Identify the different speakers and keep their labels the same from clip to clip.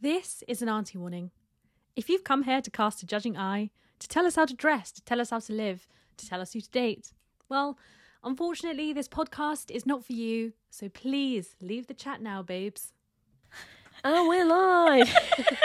Speaker 1: This is an auntie warning. If you've come here to cast a judging eye, to tell us how to dress, to tell us how to live, to tell us who to date, well, unfortunately, this podcast is not for you. So please leave the chat now, babes.
Speaker 2: Oh, we're live.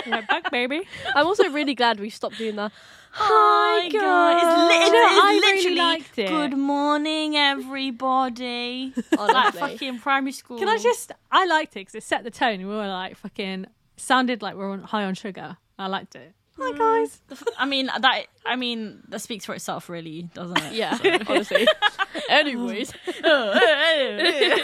Speaker 1: We're back, baby.
Speaker 2: I'm also really glad we stopped doing that.
Speaker 3: Hi guys, it's,
Speaker 1: Do you know, I
Speaker 3: literally,
Speaker 1: really
Speaker 3: it's literally
Speaker 1: liked it.
Speaker 3: good morning everybody. like
Speaker 2: Honestly.
Speaker 3: fucking primary school.
Speaker 1: Can I just? I liked it because it set the tone. We were like fucking sounded like we are on high on sugar. I liked it. Hi guys.
Speaker 3: I mean that. I mean that speaks for itself, really, doesn't it?
Speaker 2: Yeah, honestly. Anyways,
Speaker 3: anyway,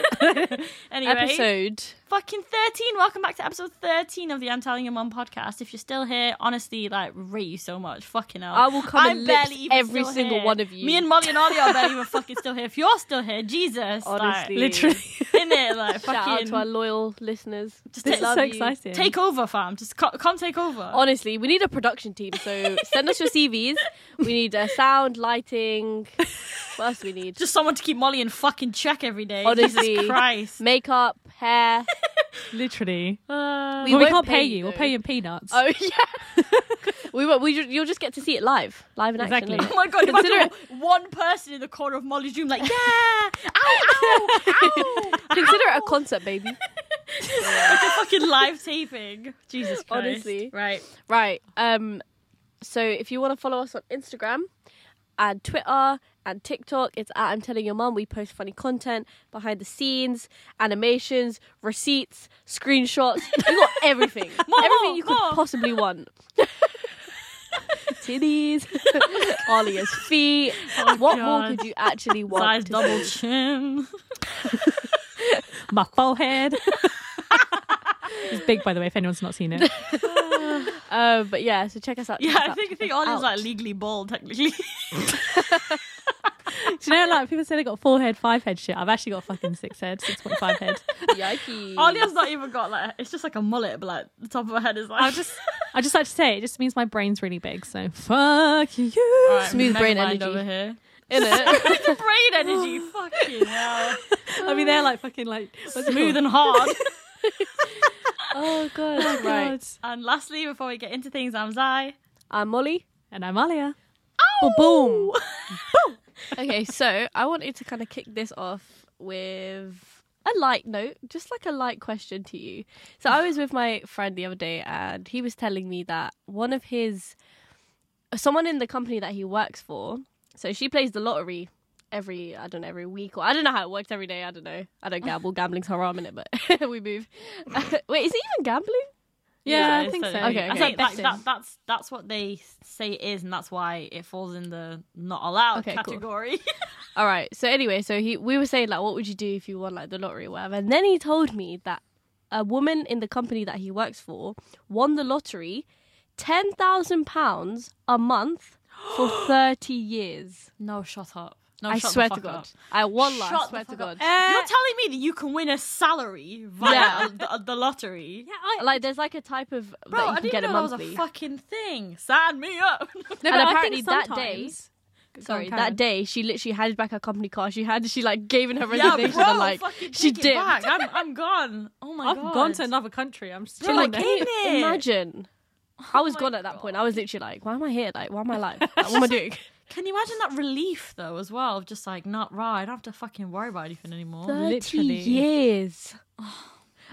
Speaker 2: episode.
Speaker 3: fucking thirteen. Welcome back to episode thirteen of the I'm Telling Your Mum podcast. If you're still here, honestly, like rate you so much. Fucking hell.
Speaker 2: I will come
Speaker 3: I'm
Speaker 2: and lips
Speaker 3: barely even
Speaker 2: every
Speaker 3: still
Speaker 2: single
Speaker 3: here.
Speaker 2: one of you.
Speaker 3: Me and Molly and Ollie are barely even fucking still here. If you're still here, Jesus,
Speaker 2: Honestly.
Speaker 3: like,
Speaker 1: Literally.
Speaker 3: in it, like
Speaker 2: Shout out
Speaker 3: fucking.
Speaker 2: to our loyal listeners. Just
Speaker 1: This is
Speaker 2: love
Speaker 1: so
Speaker 2: you.
Speaker 1: exciting.
Speaker 3: Take over, fam. Just co- come take over.
Speaker 2: Honestly, we need a production team. So send us your CVs. We need uh, sound, lighting. What else do we need?
Speaker 3: just someone to keep Molly in fucking check every day.
Speaker 2: Honestly.
Speaker 3: Jesus Christ.
Speaker 2: Makeup, hair.
Speaker 1: literally.
Speaker 2: Uh,
Speaker 1: well, we can't pay you. We'll pay you in peanuts.
Speaker 2: Oh yeah. we won't. We ju- you'll just get to see it live, live in action.
Speaker 1: Exactly.
Speaker 2: innit?
Speaker 3: Oh my god,
Speaker 2: Consider
Speaker 3: imagine one person in the corner of Molly's room like, yeah, ow, ow, ow.
Speaker 2: Consider it a concert, baby.
Speaker 3: it's a fucking live taping. Jesus Christ.
Speaker 2: Honestly.
Speaker 3: Right.
Speaker 2: Right. Um. So if you want to follow us on Instagram and Twitter and TikTok, it's at I'm telling your mum. We post funny content, behind the scenes, animations, receipts, screenshots. We got everything.
Speaker 3: More,
Speaker 2: everything
Speaker 3: more,
Speaker 2: you could
Speaker 3: more.
Speaker 2: possibly want. Titties, Alia's feet. what more
Speaker 3: Oh God.
Speaker 2: could you actually want?
Speaker 3: Size
Speaker 2: to
Speaker 3: double
Speaker 2: see?
Speaker 3: chin.
Speaker 1: My forehead. it's big, by the way, if anyone's not seen it.
Speaker 2: Uh, but yeah, so check us out.
Speaker 3: Yeah,
Speaker 2: check us
Speaker 3: I
Speaker 2: out,
Speaker 3: think I
Speaker 2: check
Speaker 3: think
Speaker 2: us
Speaker 3: Ollie's
Speaker 2: out.
Speaker 3: like legally bald technically.
Speaker 1: Do you know, like people say they got four head, five head shit. I've actually got fucking six head, six point five head.
Speaker 2: Yikes.
Speaker 3: Ollie's not even got like it's just like a mullet, but like the top of her head is like
Speaker 1: I just, I just like to say it. just means my brain's really big. So fuck you.
Speaker 3: All right,
Speaker 2: Smooth
Speaker 3: never
Speaker 2: brain
Speaker 3: mind
Speaker 2: energy.
Speaker 3: over here.
Speaker 2: Innit?
Speaker 3: brain energy, fucking hell.
Speaker 1: I mean, they're like fucking like what's it
Speaker 3: Smooth
Speaker 1: called?
Speaker 3: and hard.
Speaker 2: oh god. Right.
Speaker 1: God.
Speaker 3: And lastly, before we get into things, I'm Zai.
Speaker 2: I'm Molly.
Speaker 1: And I'm Alia.
Speaker 2: boom.
Speaker 3: Oh!
Speaker 2: okay, so I wanted to kind of kick this off with a light note, just like a light question to you. So I was with my friend the other day and he was telling me that one of his someone in the company that he works for, so she plays the lottery every I don't know every week or I don't know how it works every day, I don't know. I don't gamble, gambling's haram in it, but we move. wait, is it even gambling?
Speaker 1: Yeah,
Speaker 3: it
Speaker 1: I
Speaker 3: is
Speaker 1: think so.
Speaker 3: totally.
Speaker 2: Okay,
Speaker 3: I
Speaker 2: okay.
Speaker 3: think that,
Speaker 2: Betting.
Speaker 3: that, that's that's what they say it is, and that's why it falls in the not allowed
Speaker 2: Okay, cool.
Speaker 3: category.
Speaker 2: All right. So anyway, so he we were saying like, what would you do if you won like the lottery or whatever? And then he told me that a woman in the company that he works for won the lottery, ten thousand pounds a month for thirty years.
Speaker 3: no, shut up. No,
Speaker 2: I
Speaker 3: shut the
Speaker 2: swear to
Speaker 3: fuck
Speaker 2: God.
Speaker 3: up.
Speaker 2: I one lie. I
Speaker 3: Shut
Speaker 2: swear
Speaker 3: the
Speaker 2: to
Speaker 3: fuck up.
Speaker 2: God. Eh?
Speaker 3: You're telling me that you can win a salary via
Speaker 2: Yeah.
Speaker 3: the, the lottery.
Speaker 1: yeah, I,
Speaker 2: Like there's like a type of
Speaker 3: Bro,
Speaker 2: that you
Speaker 3: I
Speaker 2: can
Speaker 3: didn't
Speaker 2: get
Speaker 3: know
Speaker 2: it
Speaker 3: that was
Speaker 2: monthly.
Speaker 3: a fucking thing. Sign me up.
Speaker 1: no,
Speaker 2: and
Speaker 1: but I
Speaker 2: apparently
Speaker 1: think
Speaker 2: that day-
Speaker 1: sometimes- Go on,
Speaker 2: Sorry,
Speaker 1: Karen.
Speaker 2: that day she literally handed back her company car. She had she like gave in her
Speaker 3: yeah,
Speaker 2: resignation
Speaker 3: bro,
Speaker 2: and like
Speaker 3: fucking
Speaker 2: she
Speaker 3: take it
Speaker 2: did.
Speaker 3: back. I'm, I'm gone. Oh my
Speaker 1: I've
Speaker 3: god.
Speaker 1: gone to another country. I'm still
Speaker 3: Bro,
Speaker 1: on
Speaker 3: like,
Speaker 1: there.
Speaker 2: Can you
Speaker 3: Ain't it?
Speaker 2: imagine? I was
Speaker 3: my
Speaker 2: gone at that point.
Speaker 3: God.
Speaker 2: I was literally like, why am I here? Like, why am I alive? Like, what am I doing?
Speaker 3: Can you imagine that relief though, as well? Of just like not right. I don't have to fucking worry about anything anymore.
Speaker 2: 30
Speaker 1: Literally.
Speaker 2: years.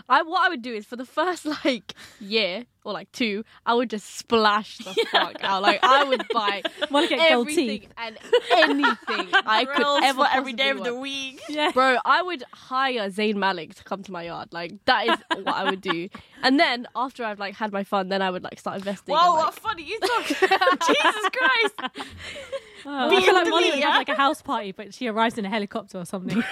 Speaker 2: I what I would do is for the first like year or like two, I would just splash the fuck out. Like I would buy
Speaker 1: Want to get gold
Speaker 2: everything
Speaker 1: teeth?
Speaker 2: and anything I could
Speaker 3: Grills
Speaker 2: ever
Speaker 3: for every day of
Speaker 2: possibly
Speaker 3: the
Speaker 2: want.
Speaker 3: week.
Speaker 1: Yeah.
Speaker 2: Bro, I would hire Zayn Malik to come to my yard. Like that is what I would do. And then after I've like had my fun, then I would like start investing.
Speaker 3: Wow,
Speaker 2: and,
Speaker 3: what
Speaker 2: like,
Speaker 3: fun are you talking? Jesus Christ!
Speaker 1: Oh,
Speaker 3: Beat
Speaker 1: I feel like
Speaker 3: the
Speaker 1: Molly
Speaker 3: meat,
Speaker 1: would
Speaker 3: yeah?
Speaker 1: have like a house party, but she arrives in a helicopter or something.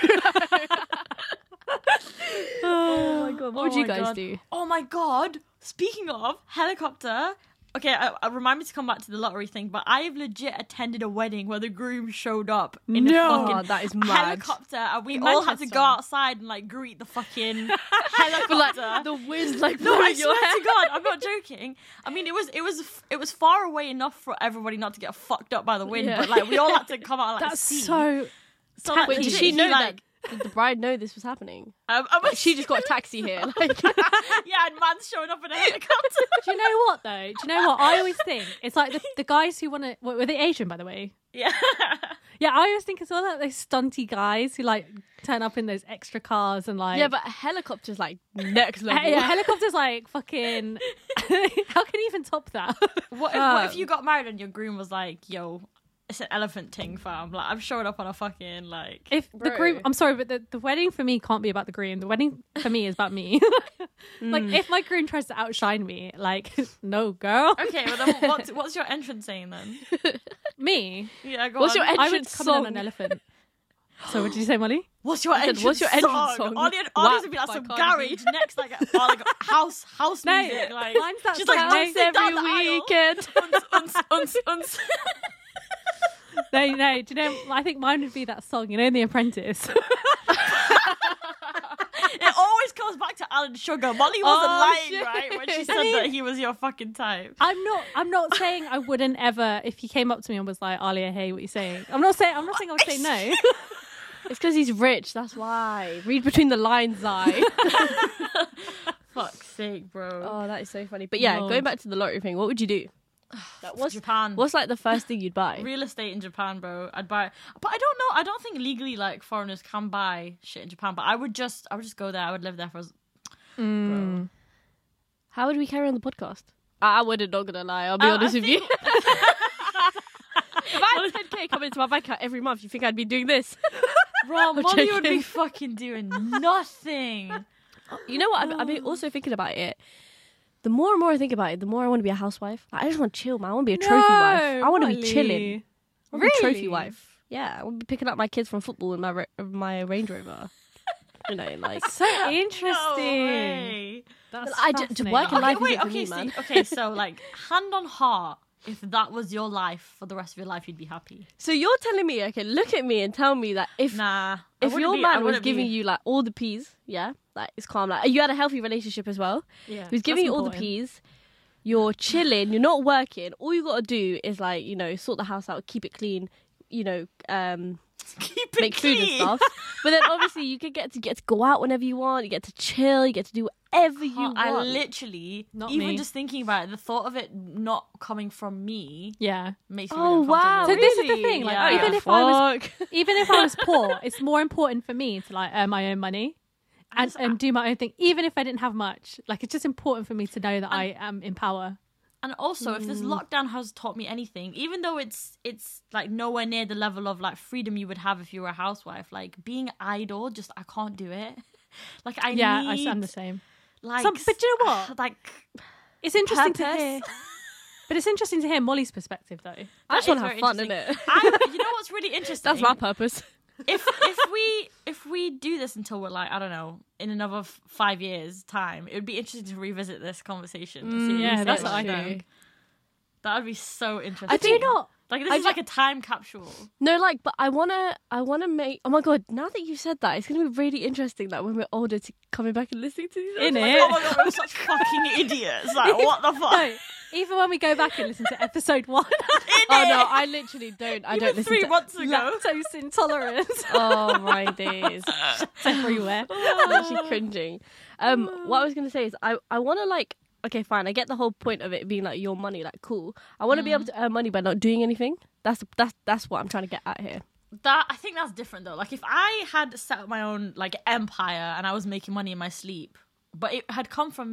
Speaker 2: oh my God, what would
Speaker 3: Oh
Speaker 2: you
Speaker 3: my
Speaker 2: guys
Speaker 3: God.
Speaker 2: do?
Speaker 3: Oh my god! Speaking of helicopter, okay, I, I remind me to come back to the lottery thing, but I have legit attended a wedding where the groom showed up in
Speaker 1: No.
Speaker 3: a
Speaker 2: Oh,
Speaker 3: fucking
Speaker 2: that is mad.
Speaker 3: helicopter, and we
Speaker 2: In
Speaker 3: all had to
Speaker 2: Manchester.
Speaker 3: go outside and like greet the fucking helicopter.
Speaker 2: But like the wind like
Speaker 3: No, I
Speaker 2: blowing
Speaker 3: swear
Speaker 2: your hair.
Speaker 3: to God, I'm not joking. I mean, it was it was it was far away enough for everybody not to get fucked up by the wind,
Speaker 2: Yeah.
Speaker 3: but like we all had to come out and, like
Speaker 1: That's
Speaker 3: see.
Speaker 1: so.
Speaker 3: so like,
Speaker 2: Wait, did
Speaker 3: legit,
Speaker 2: she
Speaker 3: he,
Speaker 2: know
Speaker 3: like,
Speaker 2: that? Did the bride know this was happening?
Speaker 3: Um, I'm
Speaker 2: Like, she just got a taxi here. Like,
Speaker 3: yeah, and man's showing up in a helicopter.
Speaker 1: Do you know what though? Do you know what? I always think it's like the, the guys who want to. Were they Asian, by the way?
Speaker 3: yeah.
Speaker 1: Yeah, I always think it's all like those stunty guys who like turn up in those extra cars and like.
Speaker 2: yeah, but a helicopter's like next level.
Speaker 1: Hey, yeah, helicopters like fucking. How can you even top that?
Speaker 3: What if, what
Speaker 2: Um,
Speaker 3: if you got married and your groom was like, "Yo, it's an elephant ting, fam. Like I'm showing up on a fucking like."
Speaker 1: If the
Speaker 2: Bro.
Speaker 1: groom, I'm sorry, but the, the wedding for me can't be about the groom. The wedding for me is about me. like if my groom tries to outshine me, like no girl,
Speaker 3: Okay, well then, what's, what's your entrance saying then?
Speaker 1: me.
Speaker 3: Yeah, go
Speaker 2: What's
Speaker 3: on.
Speaker 2: your en-
Speaker 1: I would
Speaker 2: Entrance
Speaker 1: come in
Speaker 2: song.
Speaker 1: on an elephant. So what did you say, Molly?
Speaker 3: what's your
Speaker 2: said,
Speaker 3: entrance?
Speaker 2: what's your entrance song?
Speaker 3: All the audience
Speaker 2: Whack
Speaker 3: would be like
Speaker 2: by
Speaker 3: some
Speaker 2: Cardi B.
Speaker 3: garage next, like, or, like house house
Speaker 1: No,
Speaker 3: music. Like
Speaker 1: mine's that
Speaker 3: she's like
Speaker 1: song.
Speaker 3: dancing
Speaker 2: every
Speaker 3: down the aisle.
Speaker 2: weekend.
Speaker 3: Uns, uns, uns,
Speaker 1: No, no. Do you know? I think mine would be that song. You know, in The Apprentice.
Speaker 3: It always comes back to Alan Sugar. Molly wasn't
Speaker 2: Oh,
Speaker 3: lying,
Speaker 2: shit.
Speaker 3: right? When she
Speaker 2: I
Speaker 3: said
Speaker 1: mean-
Speaker 3: that he was your fucking type.
Speaker 1: I'm not. I'm not saying I wouldn't ever. If he came up to me and was like, "Alia, hey, what you saying?" I'm not saying. I'm not saying I would say no.
Speaker 2: It's because he's rich. That's why. Read between the lines, I.
Speaker 3: Fuck's sake, bro.
Speaker 2: oh, that is so funny. But yeah,
Speaker 1: Lord.
Speaker 2: going back to the lottery thing, what would you do? Like, what's
Speaker 3: Japan.
Speaker 2: what's like the first thing you'd buy?
Speaker 3: real estate in Japan, bro. I'd buy, but I don't know. I don't think legally like foreigners can buy shit in Japan. But I would just, I would just go there. I would live there for. as-
Speaker 1: Mm.
Speaker 2: How would we carry on the podcast? I I wouldn't, not gonna lie. I'll be
Speaker 3: Uh, I
Speaker 2: honest with you. if I had 10k coming into my bank account every month, you think I'd be doing this?
Speaker 3: Bro,
Speaker 2: I'm
Speaker 3: Molly would be
Speaker 2: joking.
Speaker 3: fucking doing nothing.
Speaker 2: You know what? I've, I've been also thinking about it. The more and more I think about it, the more I want to be a housewife. Like, I just want to chill, man. I want to be a
Speaker 1: uh,
Speaker 2: trophy wife. I want to be chilling. I want to be a
Speaker 3: Really?
Speaker 2: trophy wife. Yeah, I want to be picking up my kids from football in my ra- my Range Rover. you know, like
Speaker 1: So
Speaker 3: No
Speaker 1: interesting.
Speaker 3: way.
Speaker 1: That's
Speaker 2: I d- d-
Speaker 1: fascinating.
Speaker 2: why can
Speaker 3: Okay,
Speaker 2: Life is
Speaker 3: wait.
Speaker 2: it for
Speaker 3: Okay,
Speaker 2: me,
Speaker 3: see,
Speaker 2: man.
Speaker 3: okay. So, like, hand on heart, if that was your life for the rest of your life, you'd be happy.
Speaker 2: So you're telling me, okay, look at me and tell me that if
Speaker 3: Nah. I
Speaker 2: if
Speaker 3: wouldn't
Speaker 2: your
Speaker 3: be- I
Speaker 2: man was
Speaker 3: wouldn't be-
Speaker 2: giving you like all the peas, yeah, like it's calm, like you had a healthy relationship as well.
Speaker 3: yeah,
Speaker 2: He was
Speaker 1: that's
Speaker 2: giving you all the
Speaker 1: important.
Speaker 2: peas. You're chilling. You're not working. All you gotta do is like you know sort the house out, keep it clean. You know, um,
Speaker 3: keep it
Speaker 2: make food and
Speaker 3: clean.
Speaker 2: stuff. But then obviously you could get to get to go out whenever you want. You get to chill. You get to do whatever you want.
Speaker 3: Oh, I literally,
Speaker 1: Not
Speaker 3: even
Speaker 1: me.
Speaker 3: just thinking about it, the thought of it not coming from me
Speaker 1: Yeah.
Speaker 3: makes me.
Speaker 2: Oh,
Speaker 3: really
Speaker 2: wow.
Speaker 1: So
Speaker 3: uncomfortable.
Speaker 1: this is the thing. Like,
Speaker 3: Yeah.
Speaker 1: even if I was, even if I was poor, it's more important for me to like earn my own money. And,
Speaker 3: just-
Speaker 1: and do my own thing, even if I didn't have much. Like it's just important for me to know that I am in power.
Speaker 3: And also, if
Speaker 1: Mm.
Speaker 3: this lockdown has taught me anything, even though it's it's like nowhere near the level of like freedom you would have if you were a housewife, like being idle, just I can't do it. Like I
Speaker 1: Yeah, I,
Speaker 3: need,
Speaker 1: I'm the same.
Speaker 3: like,
Speaker 1: Some- but you know what?
Speaker 3: Like
Speaker 1: It's interesting to
Speaker 2: Purpose.
Speaker 1: hear, but it's interesting to hear Molly's perspective though.
Speaker 2: I just
Speaker 3: that
Speaker 2: want to have
Speaker 3: is very
Speaker 2: fun, innit?
Speaker 3: interesting. I, you know what's really interesting?
Speaker 2: That's my purpose.
Speaker 3: if if we if we do this until we're like I don't know in another f- five years time, it would be interesting to revisit this conversation. and
Speaker 2: Mm,
Speaker 3: see what we
Speaker 1: yeah,
Speaker 3: say
Speaker 1: that's
Speaker 3: about
Speaker 1: what I
Speaker 3: them.
Speaker 1: think.
Speaker 3: That would be so interesting.
Speaker 1: I do you not.
Speaker 3: Like this
Speaker 2: I
Speaker 3: is
Speaker 2: ju-
Speaker 3: like a time capsule.
Speaker 2: No, like, but I wanna, I wanna make. Oh my god! Now that you said that, it's gonna be really interesting that when we're older, to coming back and listening to these.
Speaker 1: In
Speaker 2: episodes.
Speaker 1: it.
Speaker 3: Oh my god, we're such fucking idiots! Like what the fuck?
Speaker 1: No, even when we go back and listen to episode one,
Speaker 2: Oh no, I literally don't. I don't
Speaker 3: Even
Speaker 2: listen
Speaker 3: three
Speaker 2: to.
Speaker 3: months ago.
Speaker 1: lactose intolerance
Speaker 2: Oh my days!
Speaker 1: everywhere.
Speaker 2: I'm actually cringing. Um, what I was gonna say is, I, I wanna like. Okay, fine. I get the whole point of it being like your money, like cool. I want to be able to earn money by not doing anything. That's that's that's what I'm trying to get at here.
Speaker 3: That I think that's different though. Like if I had set up my own like empire and I was making money in my sleep, but it had come from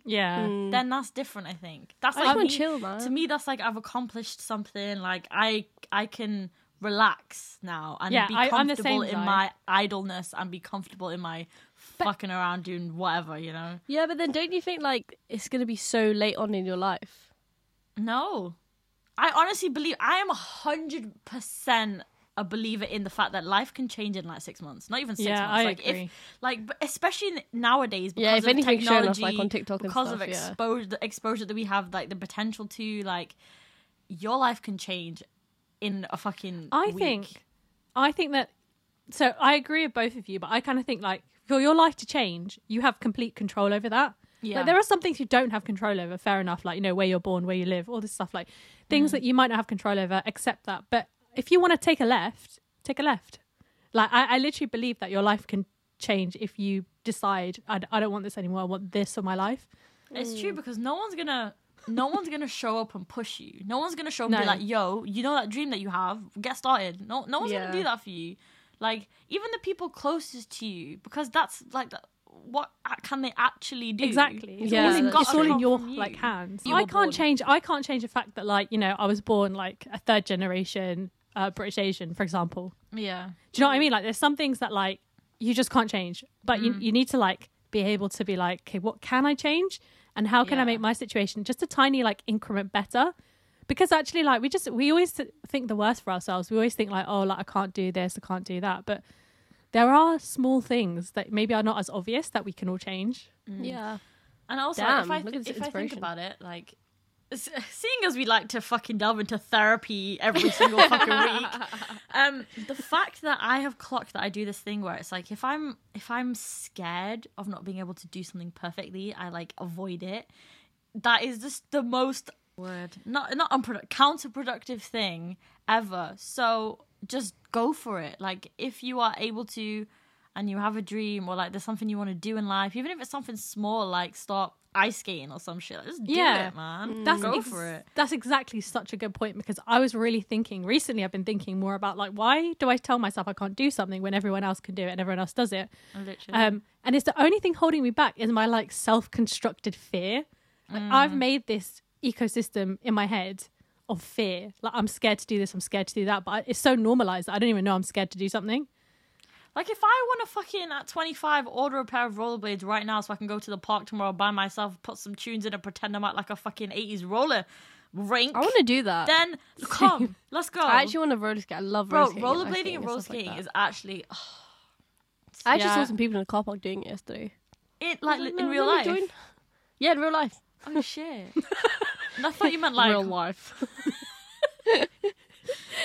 Speaker 2: Mm.
Speaker 1: Yeah.
Speaker 3: then that's different. I think that's
Speaker 2: I
Speaker 3: like
Speaker 2: just want
Speaker 3: me-
Speaker 2: to chill, man.
Speaker 3: to me that's like i've accomplished something like i i can relax now and
Speaker 1: Yeah,
Speaker 3: be
Speaker 1: I-
Speaker 3: comfortable
Speaker 1: I'm the same, Zai.
Speaker 3: in my idleness and be comfortable in my fucking around doing whatever you know
Speaker 2: yeah, but then don't you think like it's gonna be so late on in your life?
Speaker 3: no i honestly believe i am a hundred percent a believer in the fact that life can change in like six months not even six
Speaker 1: Yeah,
Speaker 3: months
Speaker 1: I
Speaker 3: like
Speaker 1: agree.
Speaker 3: if like but especially in- nowadays because
Speaker 2: Yeah, if
Speaker 3: of
Speaker 2: anything's shown
Speaker 3: technology
Speaker 2: us, like, on TikTok and
Speaker 3: because
Speaker 2: stuff,
Speaker 3: of
Speaker 2: yeah.
Speaker 3: exposure the exposure that we have like the potential to like your life can change in a fucking
Speaker 1: I
Speaker 3: week.
Speaker 1: think I think that so I agree with both of you, but I kind of think like for your life to change, you have complete control over that.
Speaker 3: Yeah.
Speaker 1: Like there are some things you don't have control over, fair enough, like you know where you're born, where you live, all this stuff like
Speaker 3: Mm.
Speaker 1: things that you might not have control over, accept that. But if you want to take a left, take a left. Like I, I literally believe that your life can change if you decide I, d- I don't want this anymore. I want this for my life.
Speaker 3: It's true because no one's gonna no one's gonna show up and push you. No one's gonna show up and
Speaker 1: No.
Speaker 3: be like, yo, you know that dream that you have? Get started. No no one's
Speaker 2: Yeah.
Speaker 3: gonna do that for you. Like even the people closest to you, because that's like the, what a- can they actually do?
Speaker 1: Exactly. It's
Speaker 2: Yeah,
Speaker 1: all in,
Speaker 2: that's
Speaker 1: it's all in
Speaker 2: true.
Speaker 1: your
Speaker 3: From you.
Speaker 1: like hands.
Speaker 3: You
Speaker 1: I
Speaker 3: were
Speaker 1: can't
Speaker 3: born.
Speaker 1: change. I can't change the fact that like you know I was born like a third generation uh, British Asian, for example.
Speaker 3: Yeah.
Speaker 1: Do you know what I mean? Like, there's some things that like you just can't change, but
Speaker 3: Mm.
Speaker 1: you you need to like be able to be like, okay, what can I change, and how can I
Speaker 3: Yeah.
Speaker 1: make my situation just a tiny like increment better? Because actually, like we just we always think the worst for ourselves. We always think like, oh, like I can't do this, I can't do that. But there are small things that maybe are not as obvious that we can all change.
Speaker 2: Yeah.
Speaker 3: And also,
Speaker 2: Damn,
Speaker 3: if, I,
Speaker 2: look
Speaker 3: th-
Speaker 2: at this
Speaker 3: if I think
Speaker 2: inspiration.
Speaker 3: about it, like, s- seeing as we like to fucking delve into therapy every single fucking week, um, the fact that I have clocked that I do this thing where it's like if I'm if I'm scared of not being able to do something perfectly, I like avoid it. That is just the most word not not unproductive counterproductive thing ever. So just go for it. Like if you are able to and you have a dream or like there's something you want to do in life, even if it's something small like start ice skating or some shit, like, just do
Speaker 1: Yeah.
Speaker 3: it, man.
Speaker 1: That's
Speaker 3: go
Speaker 1: ex-
Speaker 3: for it.
Speaker 1: That's exactly such a good point because I was really thinking recently. I've been thinking more about like why do I tell myself I can't do something when everyone else can do it and everyone else does it?
Speaker 3: Literally.
Speaker 1: Um, and it's the only thing holding me back is my like self-constructed fear. Like,
Speaker 3: Mm.
Speaker 1: I've made this ecosystem in my head of fear. Like I'm scared to do this, I'm scared to do that, but I- it's so normalized that I don't even know I'm scared to do something.
Speaker 3: Like if I want to fucking at 25 order a pair of rollerblades right now so I can go to the park tomorrow by myself, put some tunes in and pretend I'm at like a fucking 80s roller rink.
Speaker 2: I want to do that.
Speaker 3: then come, let's go.
Speaker 2: I actually want to roller skate. I love
Speaker 3: Bro,
Speaker 2: roller skating. ice
Speaker 3: rollerblading
Speaker 2: skating
Speaker 3: and roller
Speaker 2: stuff like
Speaker 3: skating
Speaker 2: that.
Speaker 3: is actually
Speaker 2: I actually
Speaker 1: Yeah.
Speaker 2: saw some people in the car park doing it yesterday.
Speaker 3: it like
Speaker 2: Like,
Speaker 3: in
Speaker 2: no,
Speaker 3: real
Speaker 2: let me
Speaker 3: life.
Speaker 2: join. Yeah, in real life.
Speaker 3: Oh shit! And I thought you meant like
Speaker 2: real life.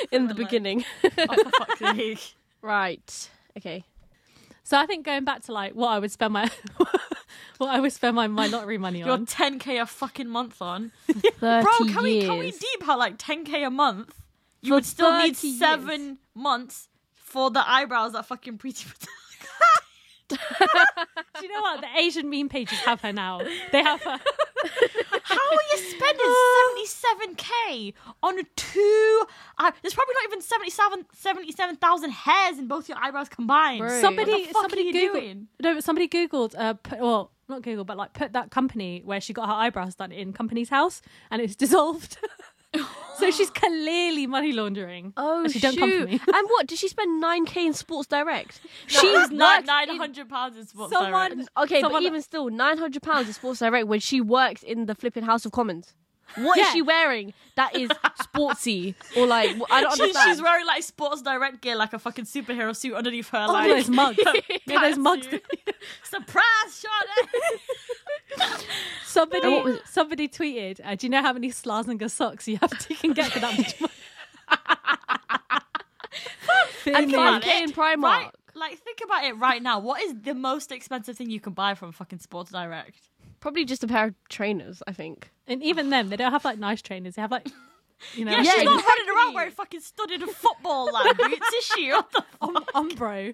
Speaker 2: in the
Speaker 3: Real life.
Speaker 2: beginning.
Speaker 3: oh, for fuck's sake.
Speaker 2: right. Okay.
Speaker 1: So I think going back to like what I would spend my what I would spend my, my lottery money
Speaker 3: You're
Speaker 1: on.
Speaker 3: 10k a fucking month on,
Speaker 2: 30
Speaker 3: bro. Can we can we deep how like 10k a month? You would still need
Speaker 2: 30 years.
Speaker 3: seven months for the eyebrows that fucking pretty.
Speaker 1: do you know what? The Asian meme pages have her now. They have her.
Speaker 3: How are you spending 77k on a two? Uh, there's probably not even 77 77,000 hairs in both your eyebrows combined.
Speaker 2: Bro. Hey,
Speaker 1: somebody
Speaker 3: what the fuck
Speaker 1: somebody
Speaker 3: are you
Speaker 1: googled
Speaker 3: doing?
Speaker 1: no but somebody googled uh put, well not google but like put that company where she got her eyebrows done in company's house and it's dissolved so she's clearly money laundering
Speaker 2: Oh
Speaker 1: And she don't come for
Speaker 2: shoot!
Speaker 1: me.
Speaker 2: and what did she spend 9k in Sports Direct?
Speaker 3: She's
Speaker 2: She's
Speaker 3: not
Speaker 2: not
Speaker 3: 900 pounds in sports.
Speaker 1: Someone-
Speaker 3: Direct.
Speaker 2: okay,
Speaker 1: Someone-
Speaker 2: but even still, 900 pounds in Sports Direct when she works in the flipping House of Commons. What is
Speaker 1: Yeah.
Speaker 2: she wearing that is sportsy or like wh- I don't
Speaker 3: She-
Speaker 2: understand?
Speaker 3: she's wearing like sports direct gear, like a fucking superhero suit underneath her.
Speaker 1: Oh,
Speaker 3: like
Speaker 1: those mugs. Yeah, those mugs.
Speaker 3: Pantsuit. Surprise, Charlotte!
Speaker 1: Somebody,
Speaker 2: And what was it?
Speaker 1: somebody tweeted. Uh, do you know how many Slazenger socks you have to, you can get for that much money? Thinly.
Speaker 2: and
Speaker 3: come on,
Speaker 2: 5k in Primark.
Speaker 3: Right, like think about it right now. What is the most expensive thing you can buy from fucking Sports Direct?
Speaker 2: Probably just a pair of trainers, I think.
Speaker 1: and even them, they don't have like nice trainers. They have like, you know,
Speaker 3: Yeah,
Speaker 2: Yeah,
Speaker 3: she's not running
Speaker 2: exactly.
Speaker 3: around wearing fucking studded football like boots, is she? What the fuck?
Speaker 1: um, Umbro.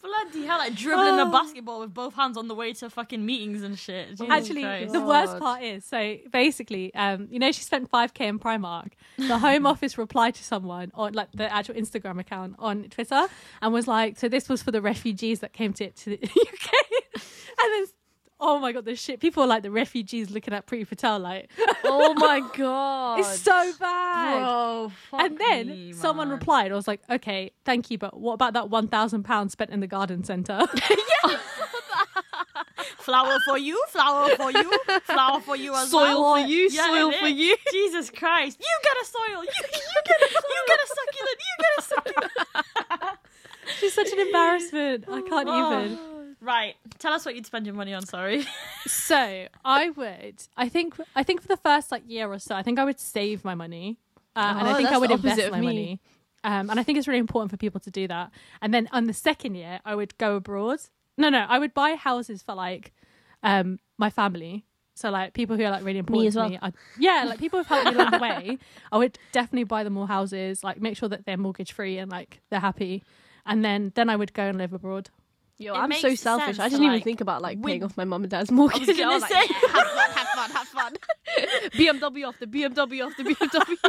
Speaker 3: Bloody hell, like dribbling
Speaker 2: Um,
Speaker 3: a basketball with both hands on the way to fucking meetings and shit. Jesus
Speaker 1: Actually,
Speaker 3: Christ.
Speaker 1: the worst
Speaker 2: God.
Speaker 1: part is so basically, um, you know, she spent 5k in Primark. The Home Office replied to someone on like the actual Instagram account on Twitter and was like, So this was for the refugees that came to, to the UK. and then, oh my God, the shit. People are like the refugees looking at Pretty Patel, like,
Speaker 2: Oh my god!
Speaker 1: it's so bad.
Speaker 2: Bro, fuck
Speaker 1: And then
Speaker 3: me,
Speaker 1: someone
Speaker 3: man.
Speaker 1: replied, I was like, okay, thank you, but what about that £1,000 spent in the garden centre?
Speaker 3: flower for you, flower for you, flower for you as
Speaker 2: Soil
Speaker 3: well.
Speaker 2: for you,
Speaker 3: Yeah,
Speaker 2: soil
Speaker 3: it
Speaker 2: for
Speaker 3: is.
Speaker 2: you.
Speaker 3: Jesus Christ, you get a soil, you, you get a, you get a succulent, you get a succulent.
Speaker 1: She's such an embarrassment. I can't
Speaker 3: Oh.
Speaker 1: even.
Speaker 3: Right, tell us what you'd spend your money on. Sorry.
Speaker 1: So I would. I think. I think for the first like year or so, I think I would save my money, uh, and I
Speaker 2: Oh,
Speaker 1: think I
Speaker 2: that's
Speaker 1: would
Speaker 2: the opposite
Speaker 1: invest
Speaker 2: of
Speaker 1: my
Speaker 2: me.
Speaker 1: money. Um, and I think it's really important for people to do that. And then on the second year, I would go abroad. No, no, I would buy houses for like um, my family. So like people who are like really important
Speaker 2: as well.
Speaker 1: to me, I, yeah, like people who've helped me along the way, I would definitely buy them more houses, like make sure that they're mortgage free and like they're happy, and then then I would go and live abroad.
Speaker 2: Yo,
Speaker 3: It
Speaker 2: I'm so
Speaker 3: makes
Speaker 2: selfish.
Speaker 3: sense
Speaker 2: I
Speaker 3: to,
Speaker 2: didn't even
Speaker 3: like,
Speaker 2: think about like paying
Speaker 3: win.
Speaker 2: off my mum and dad's mortgage.
Speaker 3: was gonna
Speaker 2: like,
Speaker 3: say.
Speaker 2: "Yeah, have fun, have fun, have fun. BMW off the BMW off the BMW. and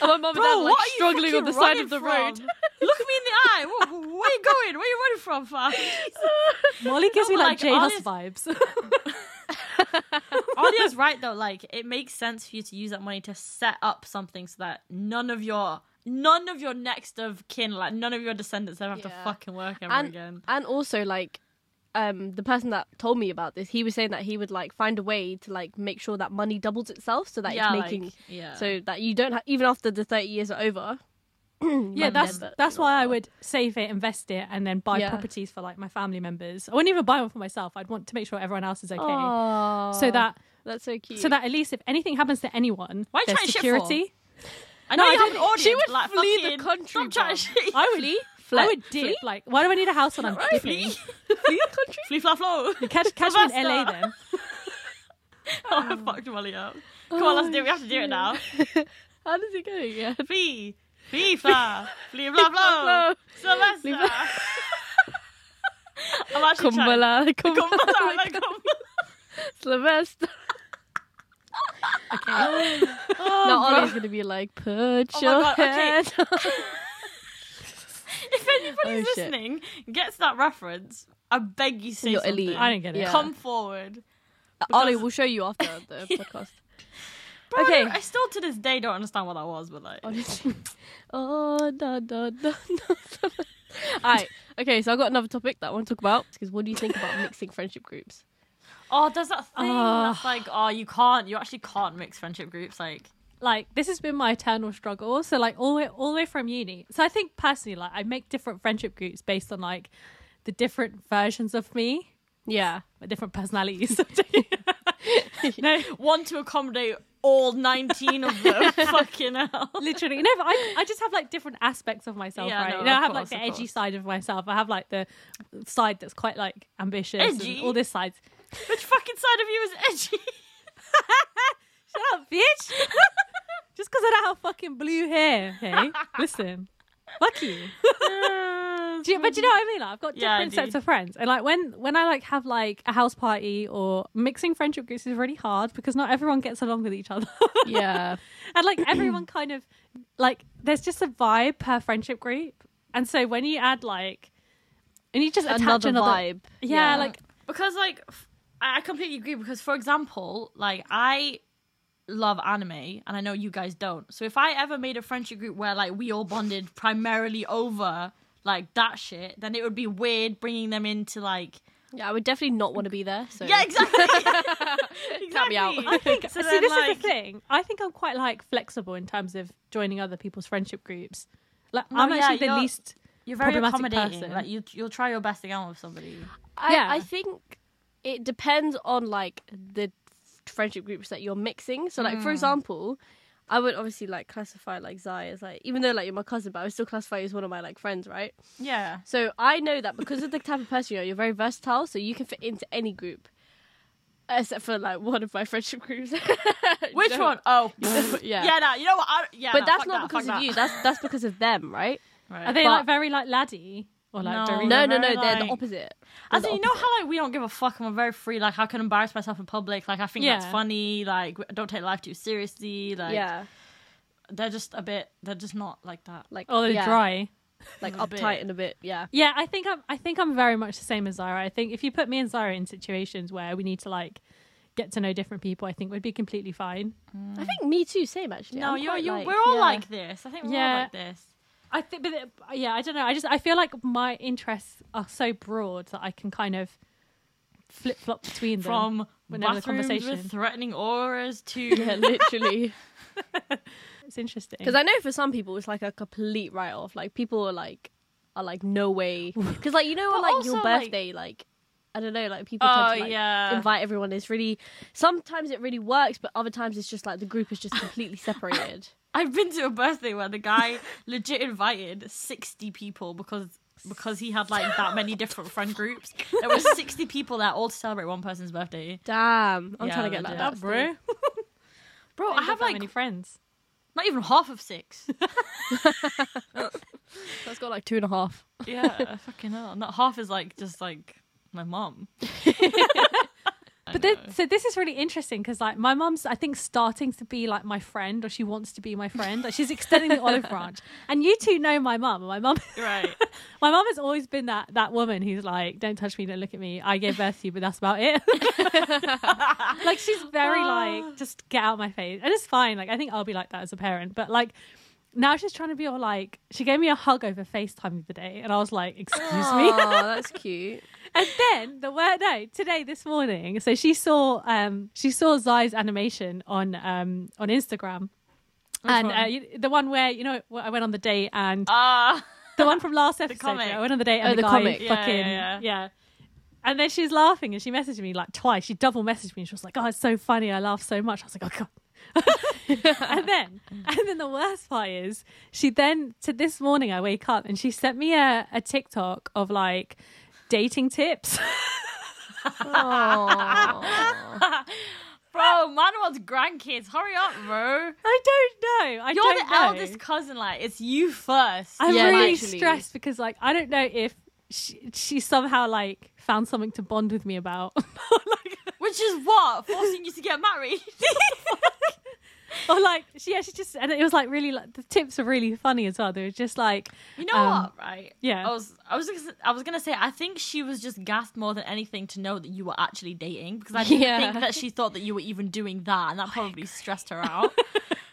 Speaker 2: my mum and dad like struggling on the side of the road.
Speaker 3: Look me in the eye. Whoa, whoa, where you going? Where you running from, fam?
Speaker 1: Molly gives me
Speaker 3: but,
Speaker 1: like,
Speaker 3: like,
Speaker 1: J Hus
Speaker 3: honest-
Speaker 1: vibes.
Speaker 3: Audia's right though. Like it makes sense for you to use that money to set up something so that none of your none of your next of kin, like none of your descendants, ever have
Speaker 2: Yeah.
Speaker 3: to fucking work ever
Speaker 2: And-
Speaker 3: again.
Speaker 2: And also like um the person that told me about this, he was saying that he would like find a way to like make sure that money doubles itself so that it's
Speaker 3: like,
Speaker 2: making
Speaker 3: yeah.
Speaker 2: so that you don't ha- even after the 30 years are over.
Speaker 1: yeah, that's
Speaker 2: members
Speaker 1: that's
Speaker 2: and
Speaker 1: why
Speaker 2: all
Speaker 1: I
Speaker 2: that.
Speaker 1: would save it, invest it, and then buy
Speaker 2: Yeah.
Speaker 1: properties for like my family members. I wouldn't even buy one for myself. I'd want to make sure everyone else is okay,
Speaker 2: Aww.
Speaker 1: so that
Speaker 2: that's so cute.
Speaker 1: so that at least if anything happens to anyone,
Speaker 3: Why are you
Speaker 1: there's
Speaker 3: trying to shit for?
Speaker 1: security.
Speaker 3: I know
Speaker 1: No, I
Speaker 3: you have an
Speaker 1: don't-
Speaker 3: audience.
Speaker 2: she would
Speaker 3: like,
Speaker 2: flee the
Speaker 3: fucking-
Speaker 2: country,
Speaker 3: Stop trying to shit.
Speaker 1: I would flee. I
Speaker 3: oh,
Speaker 2: Flip.
Speaker 1: would dip. Like, why do I need a house when I'm
Speaker 3: Right,
Speaker 1: dipping?
Speaker 3: flee. Flee the country. Flee, fly, flow.
Speaker 1: Catch, catch me in
Speaker 3: Sylvester.
Speaker 1: LA then.
Speaker 3: Oh,
Speaker 2: Um,
Speaker 3: I fucked Molly up. Come on, let's do it. We have to do it now.
Speaker 2: How does it go? Yeah.
Speaker 3: Flee. Flee, fly. Flee, fly, flow. Sylvester.
Speaker 2: Flee, fly-
Speaker 3: I'm actually trying.
Speaker 2: Kumbala,
Speaker 3: Kumbala, like,
Speaker 2: Kumbala, Sylvester. now Ollie's gonna be like, put
Speaker 3: Oh my
Speaker 2: your
Speaker 3: God, okay.
Speaker 2: head.
Speaker 3: If anybody's
Speaker 2: Oh, shit.
Speaker 3: listening gets that reference, I beg you say
Speaker 2: You're
Speaker 3: something.
Speaker 2: elite.
Speaker 1: I don't get it.
Speaker 2: Yeah.
Speaker 3: Come forward.
Speaker 2: Ollie
Speaker 3: Because-
Speaker 2: will show you after the podcast.
Speaker 3: Bro,
Speaker 2: Okay.
Speaker 3: I still to this day don't understand what that was, but like.
Speaker 2: Honestly. Oh da da da da. Alright. Okay, so I've got another topic that I want to talk about. Because what do you think about mixing friendship groups?
Speaker 3: Oh, there's that thing
Speaker 1: Ah.
Speaker 3: that's like, oh, you can't, you actually can't mix friendship groups. Like,
Speaker 1: Like, this has been my eternal struggle. So, like, all the way, all the way from uni. So, I think personally, like, I make different friendship groups based on like the different versions of me,
Speaker 2: Yeah.
Speaker 1: my different personalities. no,
Speaker 3: one to accommodate all 19 of them. Fucking hell.
Speaker 1: literally no but I, I just have like different aspects of myself
Speaker 3: Yeah,
Speaker 1: right
Speaker 3: no,
Speaker 1: you know i
Speaker 3: of
Speaker 1: have
Speaker 3: course,
Speaker 1: like
Speaker 3: of
Speaker 1: the edgy
Speaker 3: course.
Speaker 1: side of myself i have like the side that's quite like ambitious
Speaker 3: Edgy?
Speaker 1: and all this side
Speaker 3: Which fucking side of you is edgy?
Speaker 1: shut up bitch just because i don't have fucking blue hair hey listen fuck you do you, but do you know what I mean? Like, I've got
Speaker 3: Yeah, I
Speaker 1: different
Speaker 3: do.
Speaker 1: sets of friends, and like when when I like have like a house party or mixing friendship groups is really hard because not everyone gets along with each other.
Speaker 2: Yeah.
Speaker 1: and like everyone kind of like there's just a vibe per friendship group and so when you add like and you just attach
Speaker 2: another,
Speaker 1: another
Speaker 2: vibe.
Speaker 1: yeah, like
Speaker 3: because like f- i I completely agree because for example like i love anime and i know you guys don't so if i ever made a friendship group where like we all bonded primarily over like that shit then it would be weird bringing them into like
Speaker 2: Yeah, I would definitely not want to be there. So
Speaker 3: yeah exactly
Speaker 2: Count me out.
Speaker 1: I think
Speaker 3: So
Speaker 1: see
Speaker 3: then,
Speaker 1: this is
Speaker 3: like-
Speaker 1: the thing I think I'm quite like flexible in terms of joining other people's friendship groups like I'm
Speaker 3: yeah,
Speaker 1: actually the
Speaker 3: you're-
Speaker 1: least
Speaker 3: you're very
Speaker 1: Problematic
Speaker 3: accommodating
Speaker 1: person.
Speaker 3: like you, you'll try your best to get on with somebody
Speaker 2: I,
Speaker 1: Yeah.
Speaker 2: I think it depends on like the f- friendship groups that you're mixing. So like for
Speaker 3: Mm.
Speaker 2: example, I would obviously like classify like Zai as like even though like you're my cousin, but I would still classify you as one of my like friends, right?
Speaker 3: yeah
Speaker 2: So I know that because of the type of person you are, you're very versatile, so you can fit into any group. Except for like one of my friendship groups.
Speaker 3: which
Speaker 2: No.
Speaker 3: one? Oh,
Speaker 2: yeah.
Speaker 3: yeah. yeah, nah, you know what? I, yeah,
Speaker 2: But
Speaker 3: nah,
Speaker 2: that's
Speaker 3: fuck
Speaker 2: not
Speaker 3: that, fuck
Speaker 2: because
Speaker 3: that.
Speaker 2: of you. That's that's because of them, right?
Speaker 3: Right.
Speaker 1: are they
Speaker 2: But-
Speaker 1: like very like laddie or like
Speaker 3: No.
Speaker 1: very
Speaker 2: No,
Speaker 3: They're
Speaker 2: no, no.
Speaker 3: very,
Speaker 2: They're the
Speaker 3: like-
Speaker 2: opposite. They're
Speaker 3: As
Speaker 2: the
Speaker 3: in, you know how like we don't give a fuck and we're very free. Like I can embarrass myself in public. Like I think
Speaker 1: Yeah.
Speaker 3: that's funny. Like I don't take life too seriously. Like
Speaker 2: yeah,
Speaker 3: they're just a bit. They're just not like that.
Speaker 2: like
Speaker 1: oh they're
Speaker 2: yeah,
Speaker 1: dry
Speaker 2: like
Speaker 3: A bit.
Speaker 2: uptight and a bit. Yeah,
Speaker 1: Yeah, I think I'm. I think I'm very much the same as Zara. I think if you put me and Zara in situations where we need to like get to know different people, I think we'd be completely fine.
Speaker 2: I think me too. Same actually.
Speaker 3: Mm. no,
Speaker 2: I'm
Speaker 3: you're,
Speaker 2: quite
Speaker 3: you're
Speaker 2: like-
Speaker 3: we're all
Speaker 2: yeah.
Speaker 3: like this. I think we're all
Speaker 1: Yeah.
Speaker 3: like this.
Speaker 1: I think, but it- yeah, I don't know. I just I feel like my interests are so broad that I can kind of flip flop between them.
Speaker 3: From
Speaker 1: Whenever the
Speaker 3: bathrooms
Speaker 1: conversation-
Speaker 3: with threatening auras to
Speaker 2: yeah, literally.
Speaker 1: it's interesting
Speaker 2: Because I know for some people it's like a complete write off. Like people are like are like no way. Because like you know
Speaker 3: But
Speaker 2: on, like your
Speaker 3: also, like-
Speaker 2: birthday like. I don't know, like people
Speaker 3: Oh,
Speaker 2: tend to like,
Speaker 3: yeah.
Speaker 2: invite everyone. It's really sometimes it really works, but other times it's just like the group is just completely separated.
Speaker 3: I've been to a birthday where the guy legit invited sixty people because because he had like that many different friend groups. There were 60 people there all to celebrate one person's birthday.
Speaker 2: Damn, I'm
Speaker 3: Yeah,
Speaker 2: trying to get
Speaker 3: legit.
Speaker 2: like
Speaker 3: That
Speaker 2: that, bro.
Speaker 3: Bro, I
Speaker 1: don't
Speaker 3: have
Speaker 1: that
Speaker 3: like
Speaker 1: many friends.
Speaker 3: not even half of six.
Speaker 2: That's got like two and a half.
Speaker 3: yeah, fucking hell. And that half is like just like my mom.
Speaker 1: But then, so this is really interesting because like my mom's, I think, starting to be like my friend, or she wants to be my friend. Like she's extending the olive branch. And you two know my mum. and My mum,
Speaker 3: Right.
Speaker 1: my mum has always been that that woman who's like, "Don't touch me, don't look at me. I gave birth to you, but that's about it." like she's very like, just get out my face, and it's fine. Like I think I'll be like that as a parent, but like. Now she's trying to be all like, she gave me a hug over FaceTime the other day, and I was like, Excuse me?
Speaker 2: that's cute.
Speaker 1: And then the word no today this morning. So she saw um she saw Zai's animation on um on Instagram, and
Speaker 3: one?
Speaker 1: uh, you- the one where you know where I went on the date and
Speaker 3: Ah.
Speaker 1: the one from last episode.
Speaker 3: comic.
Speaker 1: where I went on the date and
Speaker 2: Oh,
Speaker 1: the,
Speaker 2: the
Speaker 1: guy
Speaker 2: comic.
Speaker 1: fucking
Speaker 2: Yeah,
Speaker 1: yeah,
Speaker 3: yeah, yeah.
Speaker 1: And then she was laughing and she messaged me like twice. She double messaged me and she was like, "Oh, it's so funny. I laugh so much." I was like, "Oh god." and then and then the worst part is she then to this morning I wake up and she sent me a, a TikTok of like dating tips.
Speaker 2: Oh.
Speaker 3: Bro, man wants grandkids. Hurry up, bro.
Speaker 1: I don't know. I
Speaker 3: You're
Speaker 1: don't
Speaker 3: the
Speaker 1: know.
Speaker 3: eldest cousin. Like, it's you first.
Speaker 1: I'm
Speaker 2: Yeah,
Speaker 1: really
Speaker 2: actually.
Speaker 1: stressed because like I don't know if she, she somehow like found something to bond with me about. like,
Speaker 3: Which is what? Forcing you to get married?
Speaker 1: or like she yeah, she just and it was like really like the tips are really funny as well. They were just like
Speaker 3: You know
Speaker 1: Um,
Speaker 3: what, right?
Speaker 1: yeah.
Speaker 3: I was I was just- I was gonna say I think she was just gassed more than anything to know that you were actually dating because I didn't
Speaker 2: Yeah.
Speaker 3: think that she thought that you were even doing that and that probably stressed her out.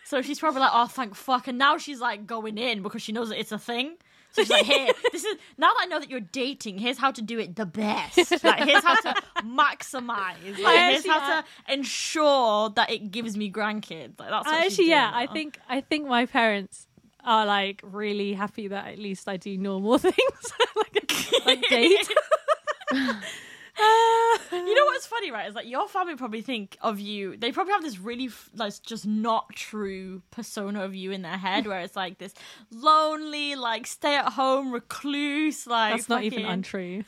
Speaker 3: so she's probably like, oh thank fuck, and now she's like going in because she knows that it's a thing. So she's like, here, this is now that I know that you're dating. Here's how to do it the best. Like here's how to maximize. Like here's
Speaker 1: actually-
Speaker 3: how to ensure that it gives me grandkids. Like that's what
Speaker 1: I
Speaker 3: she's
Speaker 1: actually yeah,
Speaker 3: doing
Speaker 1: I
Speaker 3: now.
Speaker 1: think I think my parents are like really happy that at least I do normal things like, like date.
Speaker 3: You know what's funny, right? Is like your family probably think of you. They probably have this really f- like just not true persona of you in their head, where it's like this lonely, like stay at home recluse. Like
Speaker 1: That's not even
Speaker 3: fucking-
Speaker 1: untrue.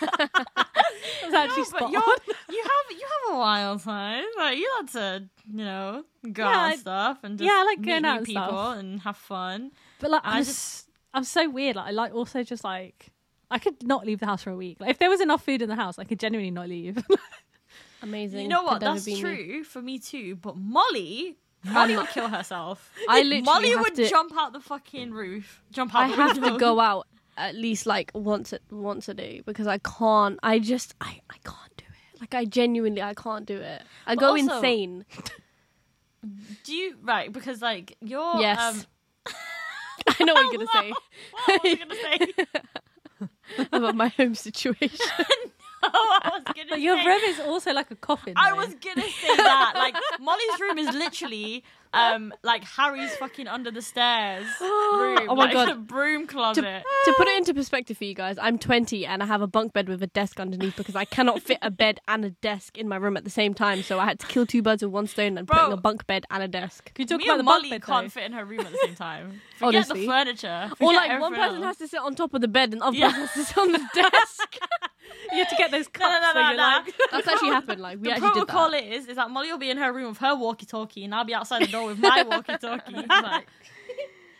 Speaker 1: That's actually
Speaker 3: No, but
Speaker 1: spot
Speaker 3: you're,
Speaker 1: on.
Speaker 3: you have you have a wild time. Like you like to you know
Speaker 1: Yeah,
Speaker 3: go out
Speaker 1: I-
Speaker 3: and stuff and just
Speaker 1: yeah, I like
Speaker 3: meet
Speaker 1: going
Speaker 3: new
Speaker 1: out and
Speaker 3: people
Speaker 1: stuff.
Speaker 3: and have fun.
Speaker 1: But like,
Speaker 3: I
Speaker 1: I'm
Speaker 3: just-
Speaker 1: just I'm so weird. Like, I like also just like I could not leave the house for a week. Like, if there was enough food in the house, I could genuinely not leave.
Speaker 2: Amazing.
Speaker 3: You know what?
Speaker 2: Could never
Speaker 3: That's
Speaker 2: be me.
Speaker 3: true for me too. But Molly. Molly would kill herself.
Speaker 2: I literally
Speaker 3: Molly
Speaker 2: have
Speaker 3: would
Speaker 2: to-
Speaker 3: jump out the fucking roof. Jump out.
Speaker 2: I
Speaker 3: the
Speaker 2: have to
Speaker 3: window.
Speaker 2: go out at least like once a, once a day because I can't. I just I, I can't do it. Like I genuinely I can't do it. I
Speaker 3: But
Speaker 2: go
Speaker 3: also-
Speaker 2: insane.
Speaker 3: Do you right? Because like you're
Speaker 2: Yes.
Speaker 3: um
Speaker 2: I know what you're gonna say
Speaker 3: what was I gonna say?
Speaker 2: about my home situation.
Speaker 3: Oh, I was gonna
Speaker 1: But your
Speaker 3: say
Speaker 1: room is also like a coffin.
Speaker 3: I
Speaker 1: though.
Speaker 3: was gonna say that. Like Molly's room is literally um like Harry's fucking under the stairs room.
Speaker 2: Oh my
Speaker 3: like,
Speaker 2: God.
Speaker 3: the broom
Speaker 2: to,
Speaker 3: closet.
Speaker 2: to put it into perspective for you guys, I'm 20 and I have a bunk bed with a desk underneath because I cannot fit a bed and a desk in my room at the same time. So I had to kill two birds with one stone and
Speaker 3: Bro.
Speaker 2: putting a bunk bed and a desk.
Speaker 1: Can you talk
Speaker 3: Me
Speaker 1: about
Speaker 3: and
Speaker 1: the
Speaker 3: Molly
Speaker 1: Molly bed,
Speaker 3: can't
Speaker 1: though?
Speaker 3: fit in her room at the same time. Forget
Speaker 2: Honestly.
Speaker 3: the furniture.
Speaker 2: Or
Speaker 3: forget
Speaker 2: like one
Speaker 3: everything
Speaker 2: person
Speaker 3: else.
Speaker 2: has to sit on top of the bed and other
Speaker 3: Yeah.
Speaker 2: person has to sit on the desk.
Speaker 1: You have to get those cups.
Speaker 3: No, no,
Speaker 1: so
Speaker 3: no,
Speaker 1: you're
Speaker 3: no.
Speaker 1: like,
Speaker 2: That's actually happened. Like we
Speaker 3: the
Speaker 2: actually did that.
Speaker 3: protocol is is that Molly will be in her room with her walkie-talkie, and I'll be outside the door with my walkie-talkie. Like,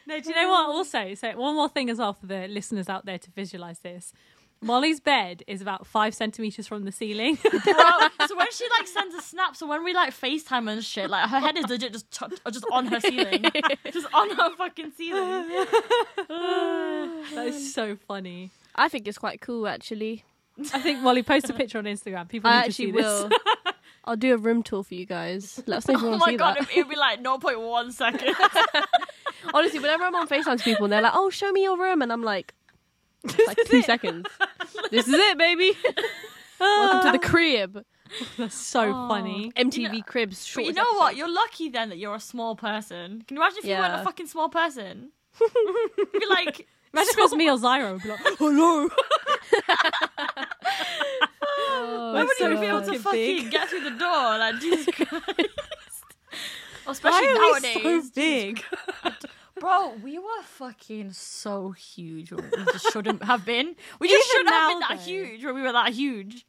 Speaker 1: no, do you know what? Also, so one more thing as well for the listeners out there to visualize this. Molly's bed is about five centimeters from the ceiling.
Speaker 3: Bro, so when she like sends a snap, so when we like FaceTime and shit, like her head is legit just tucked, or just on her ceiling, just on her fucking ceiling.
Speaker 1: that is so funny.
Speaker 2: I think it's quite cool actually.
Speaker 1: I think Molly post a picture on Instagram. People need
Speaker 2: I
Speaker 1: to see
Speaker 2: actually
Speaker 1: this.
Speaker 2: will. I'll do a room tour for you guys. Let us know if you
Speaker 3: Oh
Speaker 2: want to
Speaker 3: my
Speaker 2: see
Speaker 3: god,
Speaker 2: that.
Speaker 3: it would be like 0.1 second.
Speaker 2: Honestly, whenever I'm on FaceTime to people and they're like, "Oh, show me your room," and I'm like, it's like two seconds. This is it, baby. Welcome to the crib.
Speaker 1: That's so funny.
Speaker 2: MTV cribs.
Speaker 3: But you
Speaker 2: shortest
Speaker 3: know what?
Speaker 2: episode.
Speaker 3: You're lucky then that you're a small person. Can you imagine if you weren't a
Speaker 2: Yeah.
Speaker 3: fucking small person? You'd be like,
Speaker 1: Imagine if it was me or Zyra. I'd be like,
Speaker 2: Hello.
Speaker 3: why would
Speaker 1: so
Speaker 3: you be able to
Speaker 1: fucking
Speaker 3: fucking
Speaker 1: big.
Speaker 3: get through the door? Like, Jesus Christ. Well,
Speaker 1: Why
Speaker 3: Especially
Speaker 1: are we
Speaker 3: nowadays.
Speaker 1: so big?
Speaker 3: Bro, we were fucking so huge. when We just shouldn't have been. We
Speaker 1: Even
Speaker 3: just shouldn't have been
Speaker 1: now,
Speaker 3: that
Speaker 1: though.
Speaker 3: huge when we were that huge.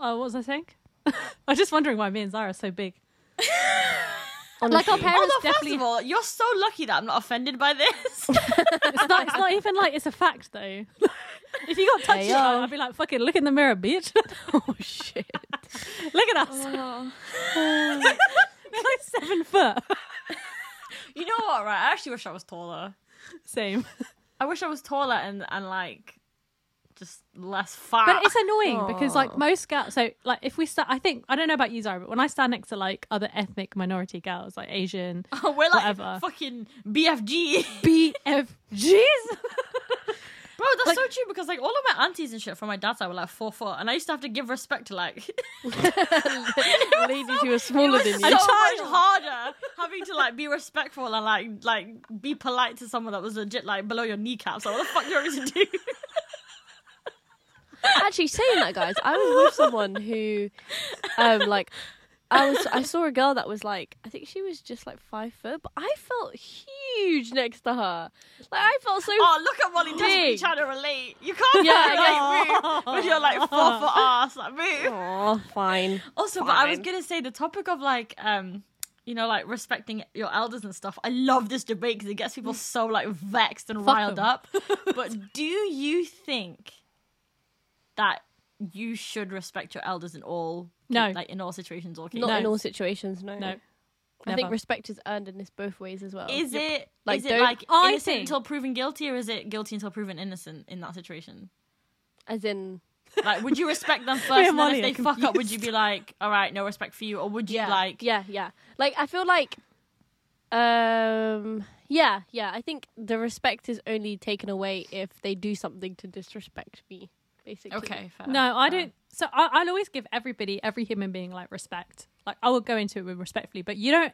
Speaker 1: Oh, what was I saying? I was just wondering why me and Zara are so big. Like
Speaker 2: Honestly.
Speaker 1: our parents
Speaker 3: Although,
Speaker 1: definitely.
Speaker 3: first of all, you're so lucky that I'm not offended by this.
Speaker 1: it's, not, it's not even like it's a fact though. if you got touched,
Speaker 2: Hey, yo.
Speaker 1: I'd be like, "Fucking look in the mirror, bitch.
Speaker 2: Oh shit.
Speaker 1: look at us, We're like seven foot."
Speaker 3: you know what, right? I actually wish I was taller.
Speaker 1: Same,
Speaker 3: I wish I was taller and, and like just less fat.
Speaker 1: but it's annoying because like
Speaker 2: Aw.
Speaker 1: most girls. So like if we start, I think I don't know about you, Zara, but when I stand next to like other ethnic minority girls, like Asian,
Speaker 3: we're like
Speaker 1: whatever.
Speaker 3: fucking BFG.
Speaker 1: BFGs.
Speaker 3: Bro, that's so true because like all of my aunties and shit from my dad's side were like four foot, and I used to have to give respect to like
Speaker 2: Ladies who are smaller
Speaker 3: so
Speaker 2: than
Speaker 3: much
Speaker 2: you.
Speaker 3: harder having to like be respectful and like like be polite to someone that was legit like below your kneecaps. Like what the fuck do you want me to do?
Speaker 2: Actually, saying that, guys, I was with someone who, um, like, I was. I saw a girl that was like, I think she was just like five foot, but I felt huge next to her. Like, I felt so.
Speaker 3: oh, look at Molly desperately
Speaker 2: Big.
Speaker 3: trying to relate. You can't
Speaker 2: Yeah,
Speaker 3: yeah,
Speaker 2: I
Speaker 3: like move when you're like four foot ass. Like move.
Speaker 2: Aw, fine.
Speaker 3: Also, but I was
Speaker 2: Fine.
Speaker 3: gonna say the topic of like um. You know, like respecting your elders and stuff. I love this debate because it gets people so like vexed and
Speaker 1: Fuck
Speaker 3: riled
Speaker 1: them.
Speaker 3: up. But do you think that you should respect your elders in all
Speaker 1: No.
Speaker 3: like in all situations or cases?
Speaker 2: Not in
Speaker 1: No.
Speaker 2: all situations. No.
Speaker 1: No,
Speaker 2: I think
Speaker 1: never.
Speaker 2: respect is earned in this both ways as well.
Speaker 3: Is it
Speaker 2: Like,
Speaker 3: like, it
Speaker 2: don't-
Speaker 3: like
Speaker 1: I
Speaker 3: innocent
Speaker 1: think-
Speaker 3: until proven guilty, or is it guilty until proven innocent in that situation?
Speaker 2: As in,
Speaker 3: Like, would you respect them
Speaker 1: and
Speaker 3: first, and then
Speaker 1: Molly
Speaker 3: if they
Speaker 1: are
Speaker 3: fuck up, would you be like, "All right, no respect for you," or would you like,
Speaker 2: yeah, yeah. Like, I feel like, um, yeah, yeah. I think the respect is only taken away if they do something to disrespect me. Basically.
Speaker 3: okay, fair,
Speaker 1: No, I
Speaker 3: fair.
Speaker 1: don't. So I, I'll always give everybody, every human being, like respect. Like I will go into it with respectfully, but you don't,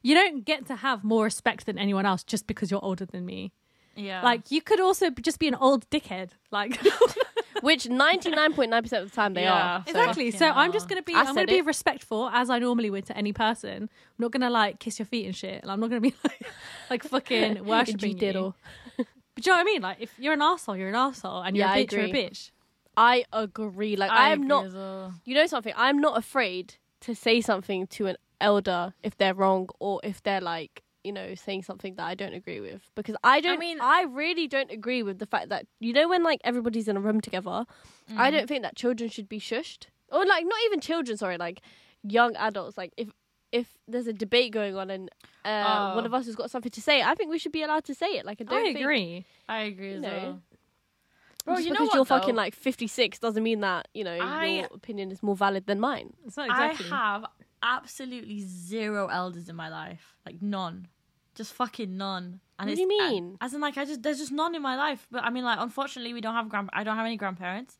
Speaker 1: you don't get to have more respect than anyone else just because you're older than me.
Speaker 3: Yeah,
Speaker 1: Like you could also be- just be an old dickhead. Like
Speaker 2: Which ninety nine point nine percent of the time they
Speaker 3: Yeah.
Speaker 2: are. so-
Speaker 1: exactly. So
Speaker 3: Fucking
Speaker 1: I'm just
Speaker 3: hell.
Speaker 1: gonna be,
Speaker 2: I
Speaker 1: I am gonna
Speaker 2: said
Speaker 1: be
Speaker 2: it.
Speaker 1: respectful as I normally would to any person. I'm not gonna like kiss your feet and shit. Like, I'm not gonna be like, like fucking worshiping you.
Speaker 2: diddle.
Speaker 1: But do you know what I mean? Like if you're an asshole, you're an asshole, and you're
Speaker 2: Yeah,
Speaker 1: a
Speaker 2: I
Speaker 1: bitch, you're a
Speaker 2: agree.
Speaker 1: bitch.
Speaker 2: I agree. Like I, am
Speaker 3: agree
Speaker 2: not.
Speaker 3: as well.
Speaker 2: You know something? I'm not afraid to say something to an elder if they're wrong or if they're like you know saying something that I don't agree with because I don't. I mean,
Speaker 3: mean-
Speaker 2: I really don't agree with the fact that you know when like everybody's in a room together. I don't think that children should be shushed or like not even children. Sorry, like young adults. Like if. If there's a debate going on and uh,
Speaker 3: Oh.
Speaker 2: one of us has got something to say, I think we should be allowed to say it. Like I don't
Speaker 1: I
Speaker 2: think-
Speaker 1: agree.
Speaker 3: I agree as
Speaker 2: know.
Speaker 3: well. Bro,
Speaker 2: Just
Speaker 3: you know
Speaker 2: because
Speaker 3: what?
Speaker 2: you're
Speaker 3: though?
Speaker 2: fucking like 56 doesn't mean that you know
Speaker 3: I-
Speaker 2: your opinion is more valid than mine.
Speaker 1: It's not exactly.
Speaker 3: I have absolutely zero elders in my life, like none, just fucking none. And
Speaker 2: What
Speaker 3: it's,
Speaker 2: do you mean?
Speaker 3: As in, like, I just there's just none in my life. But I mean, like, unfortunately, we don't have grand. I don't have any grandparents.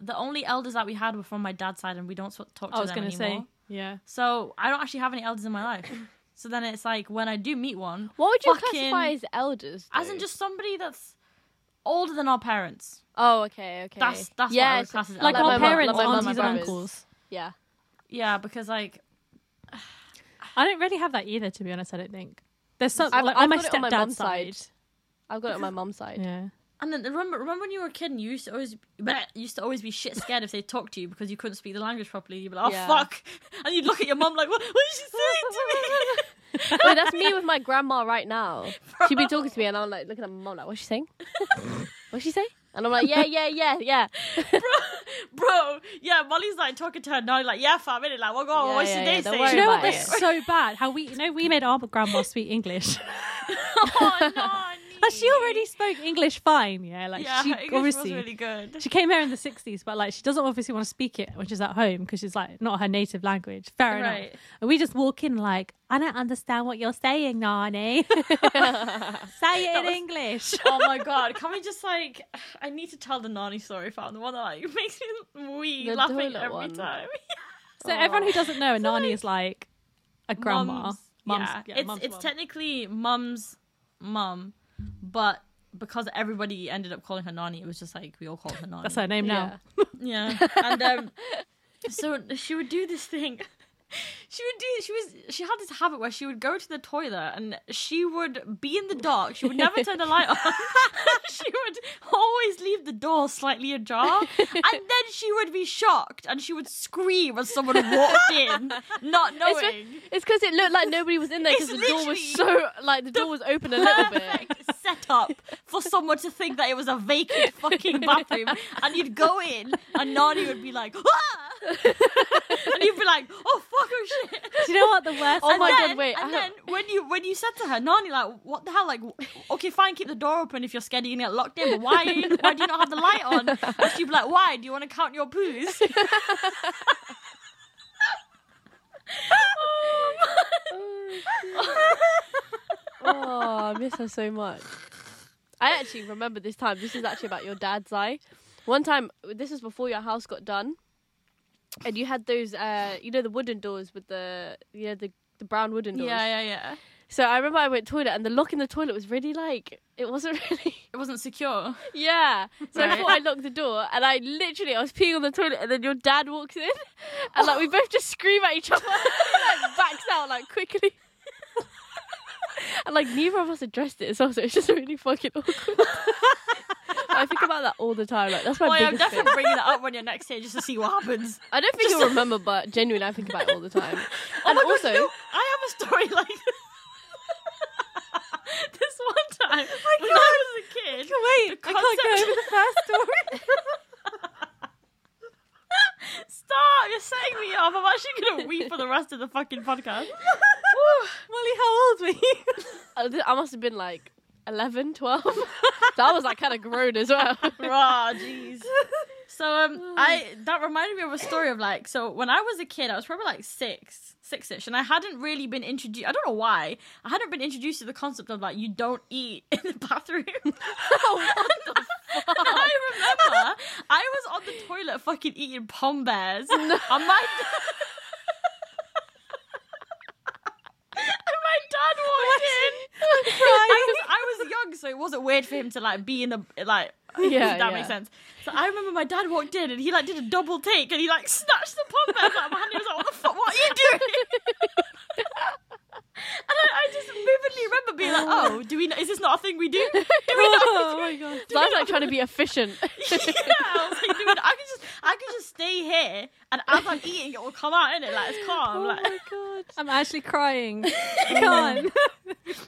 Speaker 3: The only elders that we had were from my dad's side, and we don't sw- talk to
Speaker 1: I was
Speaker 3: them
Speaker 1: gonna
Speaker 3: anymore.
Speaker 1: say, yeah.
Speaker 3: So I don't actually have any elders in my life. so then it's like when I do meet one,
Speaker 2: What would you
Speaker 3: Fucking-
Speaker 2: classify as elders?
Speaker 3: as in
Speaker 2: though?
Speaker 3: just somebody that's older than our parents.
Speaker 2: oh okay okay
Speaker 3: That's that's what I
Speaker 2: yeah
Speaker 3: would class as
Speaker 1: like,
Speaker 2: Like
Speaker 1: our
Speaker 2: my mum-
Speaker 1: parents,
Speaker 2: like my mum and
Speaker 1: aunties,
Speaker 2: my
Speaker 1: and
Speaker 2: brothers.
Speaker 1: uncles.
Speaker 2: yeah
Speaker 3: Yeah, because like
Speaker 1: I don't really have that either, to be honest. I don't think there's some
Speaker 2: I've-
Speaker 1: like
Speaker 2: I've
Speaker 1: on my
Speaker 2: got it on my
Speaker 1: stepdad's
Speaker 2: mum's
Speaker 1: side.
Speaker 2: side. I've got it on my mum's side.
Speaker 1: Yeah,
Speaker 3: And then remember, remember when you were a kid and you used to always, bleh, you used to always be shit scared if they talked to you because you couldn't speak the language properly. You'd be like, "Oh
Speaker 2: Yeah.
Speaker 3: fuck," and you'd look at your mum like, "What? What is she saying
Speaker 2: Wait, that's me with my grandma right now. She'd be talking to me and I'm like looking at my mum like, what's she saying? what's she saying? And I'm like, yeah, yeah, yeah, yeah.
Speaker 3: to me, bro?" Yeah, Molly's like talking to her now, like, "Yeah, five minutes, like, well, go on,
Speaker 2: Yeah,
Speaker 3: what's
Speaker 2: yeah,
Speaker 3: your
Speaker 2: yeah,
Speaker 3: day
Speaker 2: don't
Speaker 3: saying?"
Speaker 2: worry
Speaker 1: you know what?
Speaker 2: about it.
Speaker 1: That's so bad. How we, you know, we made our grandma speak English.
Speaker 3: oh no,
Speaker 1: Like, she already spoke English fine. Yeah, like
Speaker 3: yeah,
Speaker 1: she
Speaker 3: her English
Speaker 1: obviously
Speaker 3: was really good.
Speaker 1: she came here in the '60s, but like she doesn't obviously want to speak it when she's at home because she's like not her native language. Fair
Speaker 3: Right.
Speaker 1: enough. And we just walk in like, I don't understand what you're saying, Nani. Say it in English.
Speaker 3: oh my god, can we just like? I need to tell the nanny story. Found the one that like makes me wee
Speaker 2: The
Speaker 3: laughing
Speaker 2: toilet
Speaker 3: every
Speaker 2: one.
Speaker 3: time.
Speaker 1: So everyone who doesn't know, a nanny is like a grandma.
Speaker 3: Oh. Mum's-
Speaker 1: Mum's,
Speaker 3: yeah.
Speaker 1: yeah,
Speaker 3: it's
Speaker 1: mum's
Speaker 3: it's
Speaker 1: mum.
Speaker 3: technically mum's mum, but because everybody ended up calling her nanny, it was just like we all called her nanny.
Speaker 1: That's her name now.
Speaker 3: Yeah, and um, so she would do this thing. She would do. She was. She had this habit where she would go to the toilet and she would be in the dark. She would never turn the light on. she would always leave the door slightly ajar, and then she would be shocked and she would scream as someone walked in, not
Speaker 2: It's
Speaker 3: knowing.
Speaker 2: because it looked like nobody was in there because the
Speaker 3: It's
Speaker 2: door was so
Speaker 3: literally
Speaker 2: like the door was open a little bit.
Speaker 3: perfect setup for someone to think that it was a vacant fucking bathroom, and you'd go in, and Nani would be like, ah! and you'd be like, oh fuck, oh shit.
Speaker 1: Do you know what the worst?
Speaker 2: Oh
Speaker 3: and
Speaker 2: my
Speaker 3: then,
Speaker 2: God, wait, I
Speaker 3: And then
Speaker 2: have-
Speaker 3: when you when you said to her, Nani, like, what the hell? Like, w- okay, fine, keep the door open if you're scared you're gonna get locked in. But why? are you- Why do you not have the light on? And she'd be like, why? Do you want to count your poos?
Speaker 2: oh, I miss her so much. I actually remember this time. This is actually about your dad's eye. One time, this was before your house got done, and you had those, uh, you know, the wooden doors with the, you know, the, the brown wooden doors.
Speaker 3: yeah, yeah.
Speaker 2: So I remember I went toilet, and the lock in the toilet was really like it wasn't really.
Speaker 3: It wasn't secure.
Speaker 2: Yeah. So
Speaker 3: Right.
Speaker 2: I thought I locked the door, and I literally I was peeing on the toilet, and then your dad walks in, and like we both just scream at each other, and, like backs out like quickly. And like neither of us addressed it as well, so it's just really fucking awkward. I think about that all the time. Like that's my
Speaker 3: Boy, I'm
Speaker 2: biggest thing.
Speaker 3: definitely bringing that up when you're next here just to see what happens.
Speaker 2: I don't think you'll remember, but genuinely, I think about it all the time. and
Speaker 3: Oh my God,
Speaker 2: also,
Speaker 3: no, I have a story like this. this one time when I was a kid.
Speaker 1: Wait,
Speaker 3: The I can't go over
Speaker 1: the first story.
Speaker 3: Stop! You're setting me up. I'm actually gonna weep for the rest of the fucking podcast.
Speaker 1: Molly, how old were you?
Speaker 2: I th- I must have been like 11, 12. so I was like kind of grown as well.
Speaker 3: Raw, jeez. So um, I that reminded me of a story of like so when I was a kid, I was probably like six, six-ish, and I hadn't really been introduced. I don't know why I hadn't been introduced to the concept of like you don't eat in the bathroom.
Speaker 2: Oh,
Speaker 3: And I remember I was on the toilet fucking eating pom bears, and my. And my dad walked in. I was, I was young, so it wasn't weird for him to like be in the like.
Speaker 2: Yeah, yeah.
Speaker 3: that makes sense. So I remember my dad walked in and he like did a double take and he like snatched the pom bears out of my hand. He was like, "What the fuck? What are you doing?" and I, I just vividly remember being like, "Oh, do we? Is this not a thing we do? Do we not?"
Speaker 1: oh my god.
Speaker 2: So I was like trying to be efficient.
Speaker 3: yeah, I was like, dude, I could just, I could just stay here, and as I'm eating, it will come out in it, like it's
Speaker 1: Oh
Speaker 2: Oh
Speaker 3: calm. Like,
Speaker 2: god.
Speaker 1: I'm actually crying. Come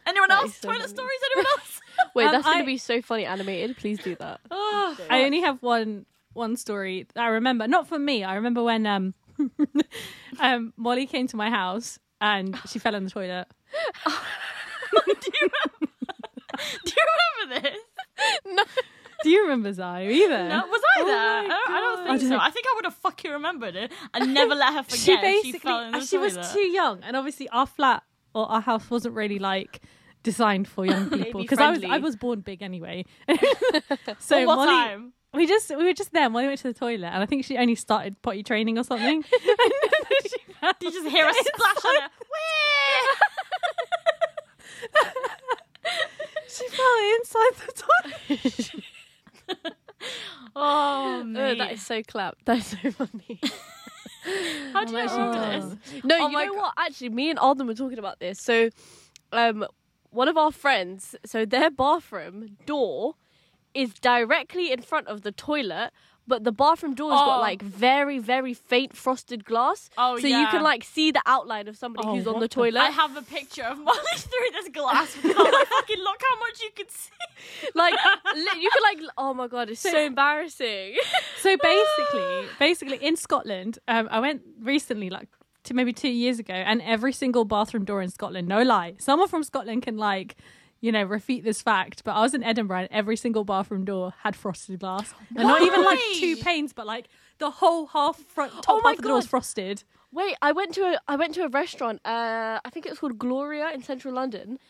Speaker 3: anyone
Speaker 2: That
Speaker 3: else?
Speaker 2: is so
Speaker 3: Toilet
Speaker 2: funny.
Speaker 3: stories? Anyone else?
Speaker 2: Wait,
Speaker 1: Um,
Speaker 2: that's
Speaker 1: I-
Speaker 2: gonna be so funny animated. Please do that.
Speaker 3: oh,
Speaker 1: I only have one one story that I remember. Not for me. I remember when um, um Molly came to my house and she fell in the toilet.
Speaker 3: do you remember? do you remember this?
Speaker 2: No.
Speaker 1: Do you remember Zai either?
Speaker 3: No, was
Speaker 2: Oh
Speaker 3: I there? I, don't, I don't think
Speaker 1: I
Speaker 3: so.
Speaker 1: don't-
Speaker 3: I think I would have fucking remembered it. I never let her forget.
Speaker 1: she basically uh,
Speaker 3: fell in the
Speaker 1: she
Speaker 3: toilet.
Speaker 1: was too young and obviously our flat or our house wasn't really like designed for young people because I was I
Speaker 2: friendly.
Speaker 1: was born big anyway. so
Speaker 3: At what
Speaker 1: Molly,
Speaker 3: time?
Speaker 1: we just we were just there. Molly went to the toilet and I think she only started potty training or something. And then she fell.
Speaker 3: Did you just hear a splash on her? Whee!
Speaker 1: she fell inside the toilet.
Speaker 3: Oh,
Speaker 2: Oh,
Speaker 3: mate.
Speaker 2: that is so clap. That's so funny.
Speaker 3: How do you actually
Speaker 1: God.
Speaker 3: do this?
Speaker 2: No,
Speaker 3: Oh
Speaker 2: you
Speaker 3: my
Speaker 2: know
Speaker 3: go-
Speaker 2: what? Actually, me and Alden were talking about this. So, um, one of our friends, so their bathroom door is directly in front of the toilet, but the bathroom door's got
Speaker 3: Oh.
Speaker 2: like very, very faint frosted glass.
Speaker 3: Oh,
Speaker 2: so you
Speaker 3: yeah.
Speaker 2: can like see the outline of somebody
Speaker 1: Oh,
Speaker 2: who's on
Speaker 1: what
Speaker 2: the
Speaker 1: the-
Speaker 2: toilet.
Speaker 3: I have a picture of Molly through this glass. Because I was like, fucking look how much you could see.
Speaker 2: like, li- you could like, oh my god, it's so embarrassing.
Speaker 1: So basically, basically in Scotland, um, I went recently, like to maybe two years ago, and every single bathroom door in Scotland, no lie, someone from Scotland can like, you know, refute this fact. But I was in Edinburgh, and every single bathroom door had frosted glass, and not even like two
Speaker 3: Why?
Speaker 1: panes, but like the whole half front top
Speaker 2: Oh my
Speaker 1: half of the door was
Speaker 2: God.
Speaker 1: frosted.
Speaker 2: Wait, I went to a I went to a restaurant. Uh, I think it was called Gloria in central London,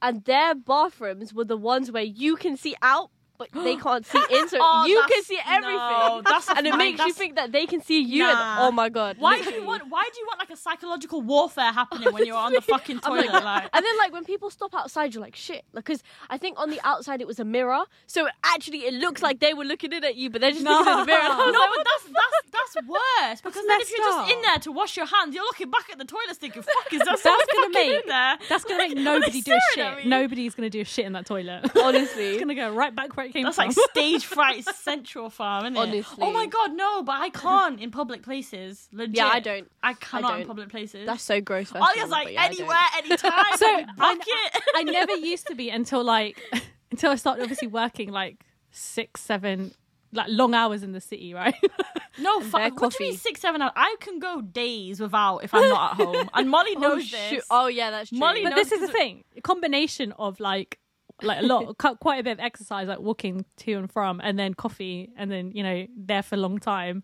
Speaker 2: and their bathrooms were the ones where you can see out but they can't see inside.
Speaker 3: Oh,
Speaker 2: you can
Speaker 3: that's-
Speaker 2: see everything,
Speaker 3: no, that's a
Speaker 2: and it
Speaker 3: fine-
Speaker 2: makes you
Speaker 3: that's-
Speaker 2: think that they can see you. and-
Speaker 3: Nah.
Speaker 2: oh my god!
Speaker 3: Why do
Speaker 2: literally.
Speaker 3: you want? Why do you want like a psychological warfare happening when you're on the fucking toilet? Like,
Speaker 2: And then, like when people stop outside, you're like, "Shit!" Because I think on the outside it was a mirror, so actually it looks like they were looking in at you, but they're just looking at the mirror. And I was
Speaker 3: no,
Speaker 2: like,
Speaker 3: but that's that's that's worse because then if you're
Speaker 1: messed
Speaker 3: just in
Speaker 1: up.
Speaker 3: there to wash your hands, you're looking back at the toilets thinking, "Fuck, is that
Speaker 1: That's
Speaker 3: someone
Speaker 1: gonna
Speaker 3: fucking
Speaker 1: make-
Speaker 3: in there?"
Speaker 1: That's gonna make
Speaker 3: are they
Speaker 1: nobody do a
Speaker 3: staring at
Speaker 1: shit.
Speaker 3: me?
Speaker 1: Nobody's gonna do a shit in that toilet.
Speaker 2: Honestly.
Speaker 1: it's gonna go right back where it came
Speaker 3: That's
Speaker 1: from.
Speaker 3: like stage fright Central Farm, isn't it?
Speaker 2: Honestly.
Speaker 3: Oh my god, no! But I can't in public places. Legit.
Speaker 2: Yeah, I don't.
Speaker 3: I cannot in
Speaker 2: don't.
Speaker 3: public places.
Speaker 2: That's so gross. first
Speaker 3: I
Speaker 2: of all,
Speaker 3: was like
Speaker 2: but yeah, I don't.
Speaker 3: anywhere, anytime.
Speaker 1: So,
Speaker 3: so
Speaker 1: I-
Speaker 3: bucket.
Speaker 1: I never used to be until like until I started obviously working like six, seven, like long hours in the city, right?
Speaker 3: No,
Speaker 2: their
Speaker 3: fuck. What do you
Speaker 2: coffee.
Speaker 3: mean six, seven hours? I can go days without if I'm not at home. And Molly
Speaker 2: Oh,
Speaker 3: knows
Speaker 2: shoot.
Speaker 3: this.
Speaker 2: oh yeah, that's true.
Speaker 3: Molly-
Speaker 1: but
Speaker 3: know,
Speaker 1: this is the thing: a combination of like like a lot, cu- quite a bit of exercise, like walking to and from, and then coffee, and then you know there for a long time.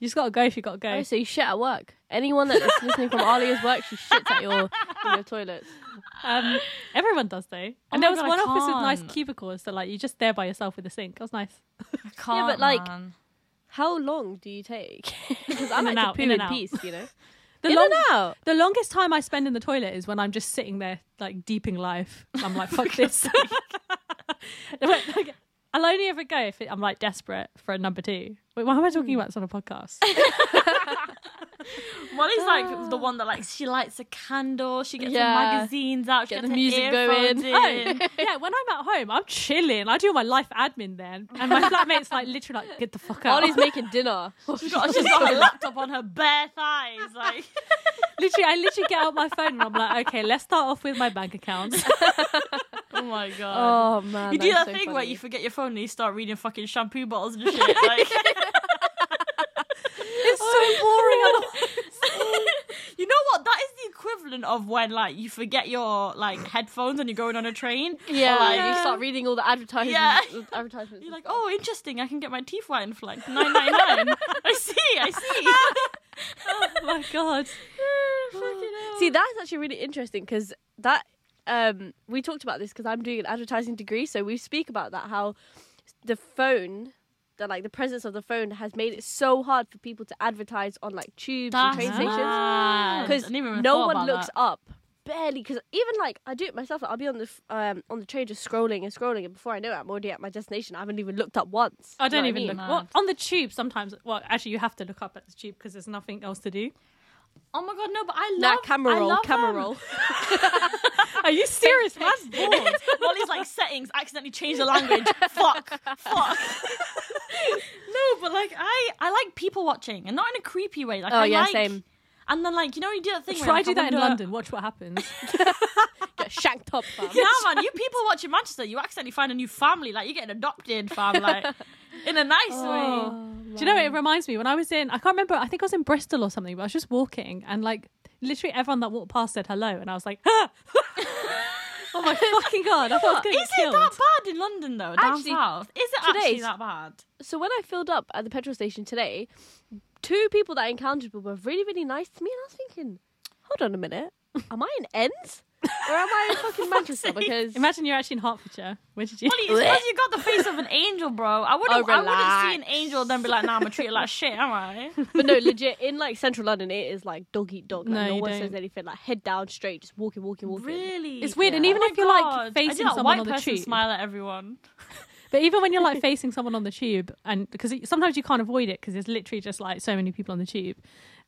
Speaker 1: You just gotta go if you gotta go.
Speaker 2: Oh, so you shit at work. Anyone that's listening from Alia's work, she shits at your in your toilets.
Speaker 1: Um, everyone does though. And
Speaker 3: my
Speaker 1: there was
Speaker 3: God, I
Speaker 1: one office with nice
Speaker 3: can't.
Speaker 1: cubicles, so like you're just there by yourself with a sink. That was nice.
Speaker 3: I can't,
Speaker 2: but, like,
Speaker 3: man.
Speaker 2: How long do you take? Because I
Speaker 1: In and
Speaker 2: like to
Speaker 1: out,
Speaker 2: poo
Speaker 1: in
Speaker 2: in,
Speaker 1: and out.
Speaker 2: peace, you know.
Speaker 1: The
Speaker 2: in
Speaker 1: long-
Speaker 2: and out.
Speaker 1: The longest time I spend in the toilet is when I'm just sitting there, like deeping life. I'm like, fuck this. Like, like, I'll only ever go if it, I'm like desperate for a number two. Wait, why am I talking about this on a podcast?
Speaker 3: Molly's like the one that likes she lights a candle, she gets
Speaker 2: Ah. Yeah.
Speaker 3: her magazines out, she
Speaker 2: Get
Speaker 3: gets
Speaker 2: the
Speaker 3: her
Speaker 2: music
Speaker 3: earphones
Speaker 2: going.
Speaker 3: in.
Speaker 1: yeah, when I'm at home, I'm chilling. I do my life admin then, and my flatmate's like, literally, like, get the fuck out.
Speaker 2: Ollie's making dinner.
Speaker 3: she's, got, she's got her laptop on her bare thighs. Like,
Speaker 1: literally, I literally get out my phone and I'm like, okay, let's start off with my bank account.
Speaker 3: oh my god.
Speaker 2: Oh man,
Speaker 3: you do
Speaker 2: is
Speaker 3: that
Speaker 2: so
Speaker 3: thing
Speaker 2: funny.
Speaker 3: where you forget your phone and you start reading fucking shampoo bottles and shit. Like,
Speaker 1: It's so boring. I'm like,
Speaker 3: you know what? That is the equivalent of when like you forget your like headphones and you're going on a train.
Speaker 2: yeah,
Speaker 3: Or, like,
Speaker 2: you start reading all the advertisements.
Speaker 3: Yeah.
Speaker 2: advertisements.
Speaker 3: You're like, oh, interesting. I can get my teeth whitened for like nine nine nine. I see. I see.
Speaker 1: oh my god.
Speaker 2: See, that's actually really interesting because that um, we talked about this because I'm doing an advertising degree, so we speak about that how the phone, the like the presence of the phone, has made it so hard for people to advertise on like tubes and train stations because no one looks up barely because even like I do it myself. Like, I'll be on the f- um, on the train just scrolling and scrolling, and before I know it, I'm already at my destination. I haven't even looked up once.
Speaker 1: I don't
Speaker 2: You know what
Speaker 1: even
Speaker 2: mean?
Speaker 1: look.
Speaker 3: mean?
Speaker 1: Well,
Speaker 3: Mad.
Speaker 1: on the tube sometimes. Well, actually, you have to look up at the tube because there's nothing else to do.
Speaker 3: Oh my god, no! But I
Speaker 2: Nah,
Speaker 3: love
Speaker 2: camera
Speaker 3: I
Speaker 2: roll,
Speaker 3: love,
Speaker 2: camera
Speaker 3: um,
Speaker 2: roll.
Speaker 1: Are you serious? That's bored.
Speaker 3: Molly's like settings accidentally changed the language. fuck, fuck. no, but like I, I like people watching, and not in a creepy way. Like,
Speaker 2: Oh
Speaker 3: I
Speaker 2: yeah,
Speaker 3: like,
Speaker 2: same.
Speaker 3: And then like you know you do that thing. where,
Speaker 1: Try
Speaker 3: like,
Speaker 1: do
Speaker 3: I
Speaker 1: that in
Speaker 3: wonder-
Speaker 1: London. Watch what happens.
Speaker 2: Get shanked up, fam.
Speaker 3: Nah, man, you people watch in Manchester, you accidentally find a new family. Like you're getting adopted, fam. Like in a nice
Speaker 2: Oh.
Speaker 3: way.
Speaker 1: Oh, Do you know it reminds me when I was in? I can't remember. I think I was in Bristol or something. But I was just walking and like literally everyone that walked past said hello, and I was like, ah! oh my fucking god! I thought I was going to
Speaker 3: Is
Speaker 1: get
Speaker 3: it
Speaker 1: killed.
Speaker 3: that bad in London though? Down
Speaker 2: Actually,
Speaker 3: south, is it actually
Speaker 2: today's-
Speaker 3: that bad?
Speaker 2: so when I filled up at the petrol station today, two people that I encountered were really, really nice to me, and I was thinking, hold on a minute, am I in Ends or am I in fucking Manchester? Because
Speaker 1: Imagine you're actually in Hertfordshire. Where did you?
Speaker 3: Well, it's 'cause you got the face of an angel, bro. I wouldn't,
Speaker 2: Oh,
Speaker 3: I wouldn't see
Speaker 2: relax.
Speaker 3: an angel and then be like, nah, I'm gonna treat it like shit, am I?
Speaker 2: but no, legit in like central London, it is like dog eat dog. Like,
Speaker 1: No,
Speaker 2: no,
Speaker 1: you
Speaker 2: one
Speaker 1: don't.
Speaker 2: says anything. Like head down, straight, just walking, walking, walking.
Speaker 3: Really?
Speaker 1: It's weird, and
Speaker 2: Yeah.
Speaker 1: even
Speaker 3: Oh
Speaker 1: if
Speaker 3: my
Speaker 1: you're
Speaker 3: God.
Speaker 1: like
Speaker 3: I do
Speaker 1: facing
Speaker 3: that
Speaker 1: someone
Speaker 3: white
Speaker 1: on the
Speaker 3: person
Speaker 1: tube,
Speaker 3: smile at everyone.
Speaker 1: But even when you're like facing someone on the tube, and because sometimes you can't avoid it because there's literally just like so many people on the tube,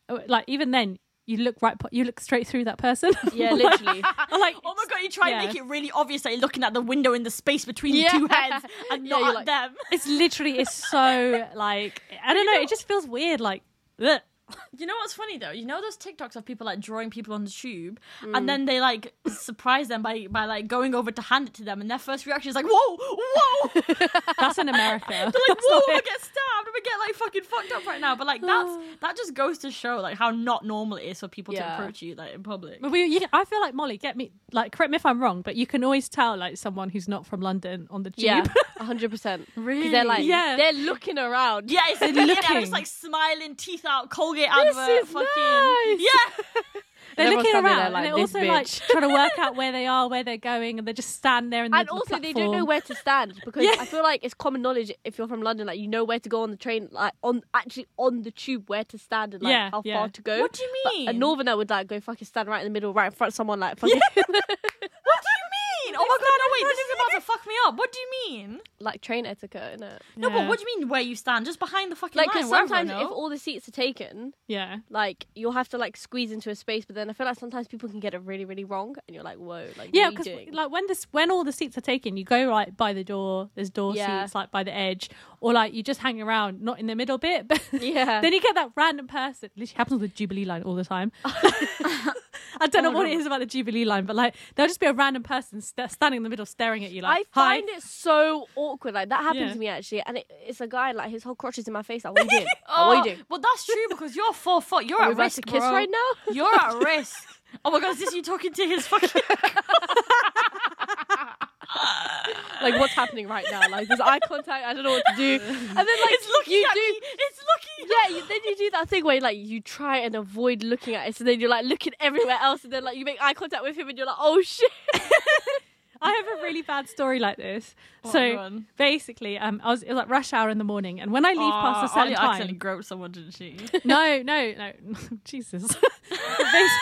Speaker 1: Uh, like even then you look right, po- you look straight through that person.
Speaker 2: Yeah, literally.
Speaker 1: I'm like,
Speaker 3: Oh my god, you try and
Speaker 1: yeah.
Speaker 3: make it really obvious that you're looking at the window in the space between
Speaker 2: Yeah.
Speaker 3: the two heads and
Speaker 2: Yeah,
Speaker 3: not
Speaker 2: you're
Speaker 3: at
Speaker 2: like-
Speaker 3: them.
Speaker 1: it's literally, it's so like I don't know, it just feels weird. Like, bleh.
Speaker 3: You know what's funny though? You know those TikToks of people like drawing people on the tube
Speaker 1: Mm.
Speaker 3: and then they like surprise them by by like going over to hand it to them and their first reaction is like, Whoa, whoa They're
Speaker 1: that's in America.
Speaker 3: like, Whoa, I'm gonna get stabbed, I'm gonna get like fucking fucked up right now. But like that's that just goes to show like how not normal it is for people to
Speaker 2: Yeah.
Speaker 3: approach you like in public.
Speaker 1: But we, you, I feel like Molly, get me like correct me if I'm wrong, but you can always tell like someone who's not from London on the tube.
Speaker 2: yeah, hundred percent. Really? They're like,
Speaker 1: Yeah.
Speaker 2: they're looking around.
Speaker 3: Yeah, it's looking.
Speaker 1: looking.
Speaker 3: just like smiling, teeth out, Colgate
Speaker 1: This
Speaker 3: advert,
Speaker 1: is
Speaker 3: fucking
Speaker 1: nice.
Speaker 3: yeah.
Speaker 1: They're
Speaker 2: everyone's
Speaker 1: looking
Speaker 2: standing there
Speaker 1: around and they're
Speaker 2: this
Speaker 1: also like
Speaker 2: bitch.
Speaker 1: trying to work out where they are, where they're going, and they just stand there. And,
Speaker 2: and also they don't know where to stand because
Speaker 1: Yeah.
Speaker 2: I feel like it's common knowledge if you're from London, like you know where to go on the train, like on actually on the tube where to stand and like
Speaker 1: Yeah,
Speaker 2: how
Speaker 1: yeah.
Speaker 2: far to go.
Speaker 3: What do you
Speaker 2: But
Speaker 3: mean?
Speaker 2: a northerner would like go fucking stand right in the middle, right in front of someone, like fucking
Speaker 3: What do you mean? Oh my god, no, wait, this is about to fuck me up. What do you mean?
Speaker 2: like train etiquette, innit?
Speaker 1: Yeah.
Speaker 3: No, but what do you mean where you stand? Just behind the fucking
Speaker 2: Like,
Speaker 3: line.
Speaker 2: because
Speaker 3: wherever,
Speaker 2: sometimes
Speaker 3: no?
Speaker 2: if all the seats are taken,
Speaker 1: Yeah.
Speaker 2: like you'll have to like squeeze into a space, but then I feel like sometimes people can get it really, really wrong, and you're like, whoa, like
Speaker 1: Yeah,
Speaker 2: what are you
Speaker 1: because
Speaker 2: doing?
Speaker 1: like when this when all the seats are taken, you go right by the door. There's door
Speaker 2: Yeah.
Speaker 1: seats like by the edge, or like you just hang around, not in the middle bit. But
Speaker 2: Yeah.
Speaker 1: then you get that random person. Literally happens with Jubilee line all the time. I don't know what it is about the Jubilee line, but like there'll just be a random person st- standing in the middle, staring at you like,
Speaker 2: I
Speaker 1: "Hi."
Speaker 2: find it so awkward. Like that happened
Speaker 1: Yeah.
Speaker 2: to me actually, and it, it's a guy like his whole crotch is in my face. Like, what are you doing? Like,
Speaker 3: Oh,
Speaker 2: what are you doing?
Speaker 3: Well, that's true because you're four foot. You're
Speaker 2: Are we
Speaker 3: at
Speaker 2: about
Speaker 3: risk,
Speaker 2: to kiss
Speaker 3: bro.
Speaker 2: right now?
Speaker 3: You're at risk. Oh my god, is this you talking to his fucking?
Speaker 2: like what's happening right now? Like there's eye contact. I don't know what to do. And then like
Speaker 3: it's looking
Speaker 2: you
Speaker 3: at
Speaker 2: do.
Speaker 3: me. It's looking.
Speaker 2: Yeah, you, then you do that thing where like you try and avoid looking at it, so then you're like looking everywhere else, and then like you make eye contact with him, and you're like, oh shit.
Speaker 1: I have a really bad story like this.
Speaker 3: What,
Speaker 1: so
Speaker 3: go on.
Speaker 1: basically, um, I was it was like rush hour in the morning, and when I leave past a
Speaker 3: Ollie
Speaker 1: certain time,
Speaker 3: Ah, accidentally groped someone, didn't she?
Speaker 1: no, no, no, Jesus. Basi-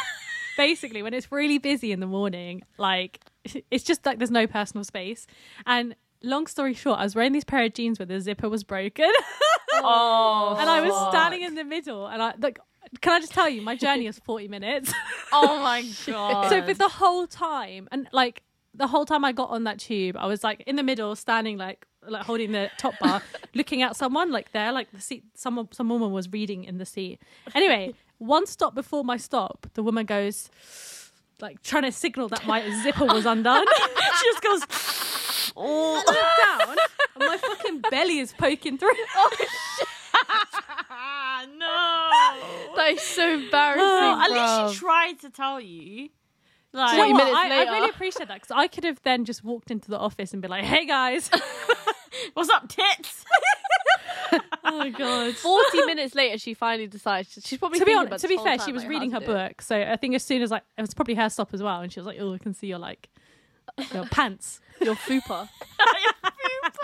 Speaker 1: basically, when it's really busy in the morning, like it's just like there's no personal space. And long story short, I was wearing these pair of jeans where the zipper was broken,
Speaker 3: Oh,
Speaker 1: and I was standing in the middle, and I like. Can I just tell you, my journey is 40 minutes.
Speaker 3: Oh my god.
Speaker 1: so for the whole time, and like the whole time I got on that tube, I was like in the middle, standing like like holding the top bar, looking at someone like there, like the seat. Someone, some woman was reading in the seat. Anyway, one stop before my stop, the woman goes. Like trying to signal that my zipper was undone.
Speaker 3: she just goes.
Speaker 1: I look down, and my fucking belly is poking through.
Speaker 3: Ah no.
Speaker 2: That is so embarrassing.
Speaker 3: Well, Oh, at least
Speaker 2: bruv.
Speaker 3: she tried to tell you.
Speaker 1: Do
Speaker 3: Like,
Speaker 1: you know
Speaker 2: 20
Speaker 1: what?
Speaker 2: minutes
Speaker 1: I, I
Speaker 2: later.
Speaker 1: really appreciate that because I could have then just walked into the office and be like, "Hey guys,
Speaker 3: what's up, tits?
Speaker 1: oh god,
Speaker 2: Forty minutes later, she finally decides. She's probably
Speaker 1: to be
Speaker 2: thinking
Speaker 1: honest,
Speaker 2: about
Speaker 1: to
Speaker 2: this
Speaker 1: be
Speaker 2: whole
Speaker 1: fair,
Speaker 2: time,
Speaker 1: she was
Speaker 2: like,
Speaker 1: reading
Speaker 2: how
Speaker 1: her
Speaker 2: to do it.
Speaker 1: book, so I think as soon as like it was probably her stop as well, and she was like, "Oh, I can see your like your pants."
Speaker 2: Your fupa.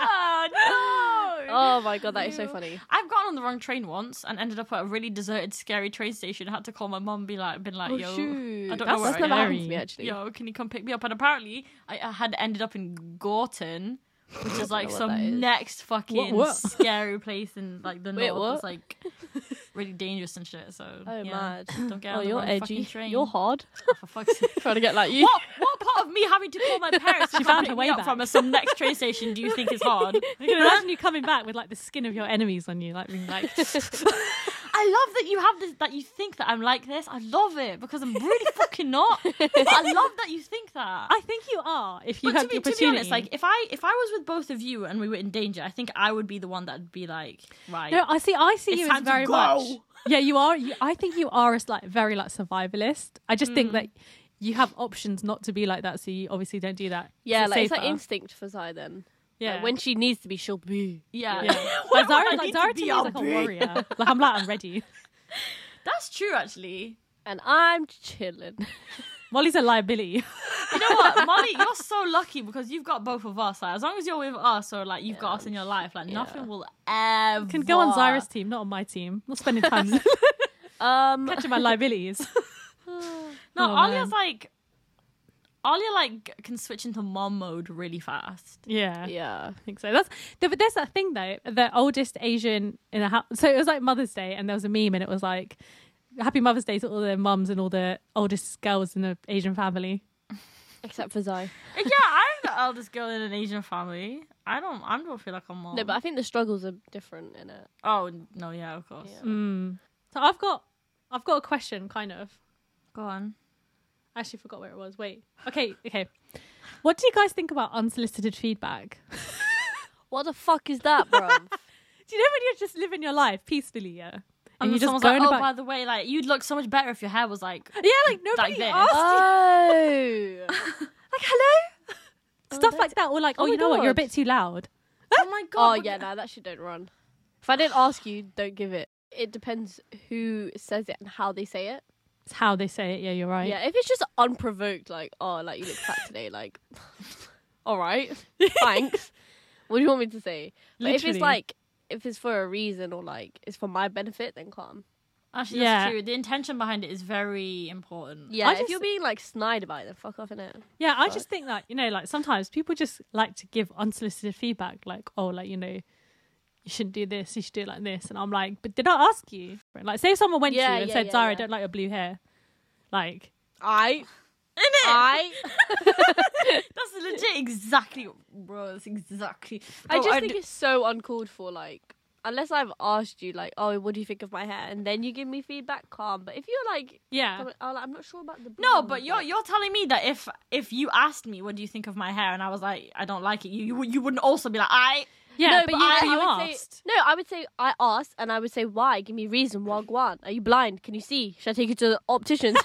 Speaker 3: Ah, no.
Speaker 2: Oh my god, that is so funny.
Speaker 3: I've gotten on the wrong train once and ended up at a really deserted, scary train station. had to call my mum, be like, been like,
Speaker 2: Oh,
Speaker 3: yo,
Speaker 2: shoot.
Speaker 3: I don't
Speaker 2: That's
Speaker 3: know where
Speaker 2: never
Speaker 3: I am.
Speaker 2: happened to me actually.
Speaker 3: Yo, can you come pick me up? And apparently, I, I had ended up in Gorton, which is like
Speaker 2: know what that is.
Speaker 3: some next fucking
Speaker 1: what?
Speaker 3: scary place in like the
Speaker 2: Wait,
Speaker 3: north.
Speaker 2: what?
Speaker 3: It's like really dangerous and shit. So
Speaker 2: Oh
Speaker 3: yeah,
Speaker 2: mad.
Speaker 3: don't get
Speaker 2: Oh,
Speaker 3: on the
Speaker 2: you're
Speaker 3: wrong
Speaker 2: edgy.
Speaker 3: fucking train.
Speaker 2: You're hard.
Speaker 3: Oh, for fuck's sake.
Speaker 2: Trying to get like you.
Speaker 3: What, what part of me having to call my parents to
Speaker 1: She
Speaker 3: come
Speaker 1: found
Speaker 3: pick
Speaker 1: her
Speaker 3: me
Speaker 1: way
Speaker 3: up
Speaker 1: back.
Speaker 3: from some next train station do you think is hard?
Speaker 1: I can imagine you coming back with like the skin of your enemies on you, like being like,
Speaker 3: I love that you have this that you think that I'm like this. I love it because I'm really fucking not. But I love that you think that.
Speaker 1: "I think you are." If you
Speaker 3: but to
Speaker 1: had the
Speaker 3: be, to
Speaker 1: opportunity,
Speaker 3: be honest, like if I if I was with both of you and we were in danger, I think I would be the one that'd be like, right.
Speaker 1: no, I see. I see
Speaker 3: It's
Speaker 1: you as
Speaker 3: time to
Speaker 1: very
Speaker 3: go.
Speaker 1: much. Yeah, you are. You, I think you are as like very like survivalist. I just think that you have options not to be like that, so you obviously don't do that.
Speaker 2: Yeah,
Speaker 1: it's
Speaker 2: like it's like
Speaker 1: safer.
Speaker 2: instinct for Zai then.
Speaker 1: yeah.
Speaker 2: Like, when she needs to be, she'll be.
Speaker 3: yeah.
Speaker 1: yeah.
Speaker 3: Why
Speaker 1: Like,
Speaker 3: would
Speaker 1: Zara,
Speaker 3: I
Speaker 1: like,
Speaker 3: need to
Speaker 1: Zara to
Speaker 3: be
Speaker 1: me is
Speaker 3: out
Speaker 1: like a
Speaker 3: big?
Speaker 1: warrior. Like I'm like I'm ready.
Speaker 3: That's true actually.
Speaker 2: And I'm chilling.
Speaker 1: Molly's a liability.
Speaker 3: You know what, Molly, you're so lucky because you've got both of us. Like as long as you're with us or like you've got us in your life, like nothing will ever
Speaker 1: Can go on Zyra's team, not on my team. Not spending time
Speaker 2: Um,
Speaker 1: catching my liabilities.
Speaker 3: No,
Speaker 1: Oh, man.
Speaker 3: Alia's like Alia like can switch into mom mode really fast.
Speaker 1: Yeah,
Speaker 2: yeah.
Speaker 1: I think so. That's there, but there's that thing though. The oldest Asian in a house. So it was like Mother's Day, and there was a meme, and it was like, "Happy Mother's Day to all the mums and all the oldest girls in the Asian family."
Speaker 2: Except for Zai.
Speaker 3: yeah, I'm the eldest girl in an Asian family. I don't. I don't feel like I'm mom.
Speaker 2: No, but I think the struggles are different in it.
Speaker 3: oh no, yeah, of course.
Speaker 2: Yeah.
Speaker 1: Mm. So I've got, I've got a question, kind of.
Speaker 3: Go on.
Speaker 1: I actually forgot where it was. Wait. Okay. Okay. What do you guys think about unsolicited feedback?
Speaker 2: What the fuck is that, bro?
Speaker 1: Do you know when you're just living your life peacefully, yeah, and,
Speaker 3: And
Speaker 1: you're just
Speaker 3: someone's
Speaker 1: going
Speaker 3: like, oh,
Speaker 1: about,
Speaker 3: by the way, like you'd look so much better if your hair was like.
Speaker 1: yeah, like nobody
Speaker 3: this.
Speaker 1: asked you.
Speaker 2: oh.
Speaker 1: Like, hello? Stuff
Speaker 2: that's-
Speaker 1: like that, or like, oh,
Speaker 2: Oh my
Speaker 1: you know what? You're a
Speaker 2: God.
Speaker 1: bit too loud.
Speaker 3: oh my
Speaker 2: oh,
Speaker 3: god. but-
Speaker 2: yeah, no, that shit don't run. If I didn't ask you, don't give it. It depends who says it and how they say it.
Speaker 1: It's how they say it. Yeah, you're right.
Speaker 2: Yeah, if it's just unprovoked, like, oh, like you look fat today, like, all right, thanks. what do you want me to say? But if
Speaker 1: Literally.
Speaker 2: it's like, if it's for a reason or like it's for my benefit, then calm.
Speaker 3: Actually,
Speaker 1: Yeah.
Speaker 3: that's true. The intention behind it is very important.
Speaker 2: Yeah,
Speaker 1: just-
Speaker 2: if you're being like snide about it, then fuck off, innit?
Speaker 1: Yeah, I
Speaker 2: Fuck.
Speaker 1: just think that, you know, like sometimes people just like to give unsolicited feedback, like, oh, like, you know, you shouldn't do this, you should do it like this. And I'm like, but did I ask you? Like, say someone went
Speaker 2: Yeah,
Speaker 1: to you and
Speaker 2: yeah,
Speaker 1: said,
Speaker 2: yeah,
Speaker 1: Zara, I
Speaker 2: yeah.
Speaker 1: don't like your blue hair. Like,
Speaker 2: I,
Speaker 3: Innit?
Speaker 2: I,
Speaker 3: That's legit exactly, bro. That's exactly.
Speaker 2: I
Speaker 3: Bro,
Speaker 2: just
Speaker 3: I'd-
Speaker 2: think it's so uncalled for. Like, unless I've asked you, like, oh, what do you think of my hair, and then you give me feedback, calm. But if you're like,
Speaker 1: yeah.
Speaker 2: I'm, oh, like, I'm not sure about the
Speaker 3: no,
Speaker 2: blonde,
Speaker 3: but you're
Speaker 2: like-
Speaker 3: you're telling me that if if you asked me, what do you think of my hair, and I was like, I don't like it, you you, would- you wouldn't also be like, I.
Speaker 1: Yeah,
Speaker 2: no,
Speaker 1: but,
Speaker 2: but
Speaker 1: you,
Speaker 2: I-
Speaker 1: but you
Speaker 2: I would say-
Speaker 1: asked.
Speaker 2: No, I would say I asked, and I would say why. Give me a reason. Wagwan. Are you blind? Can you see? Should I take you to the opticians?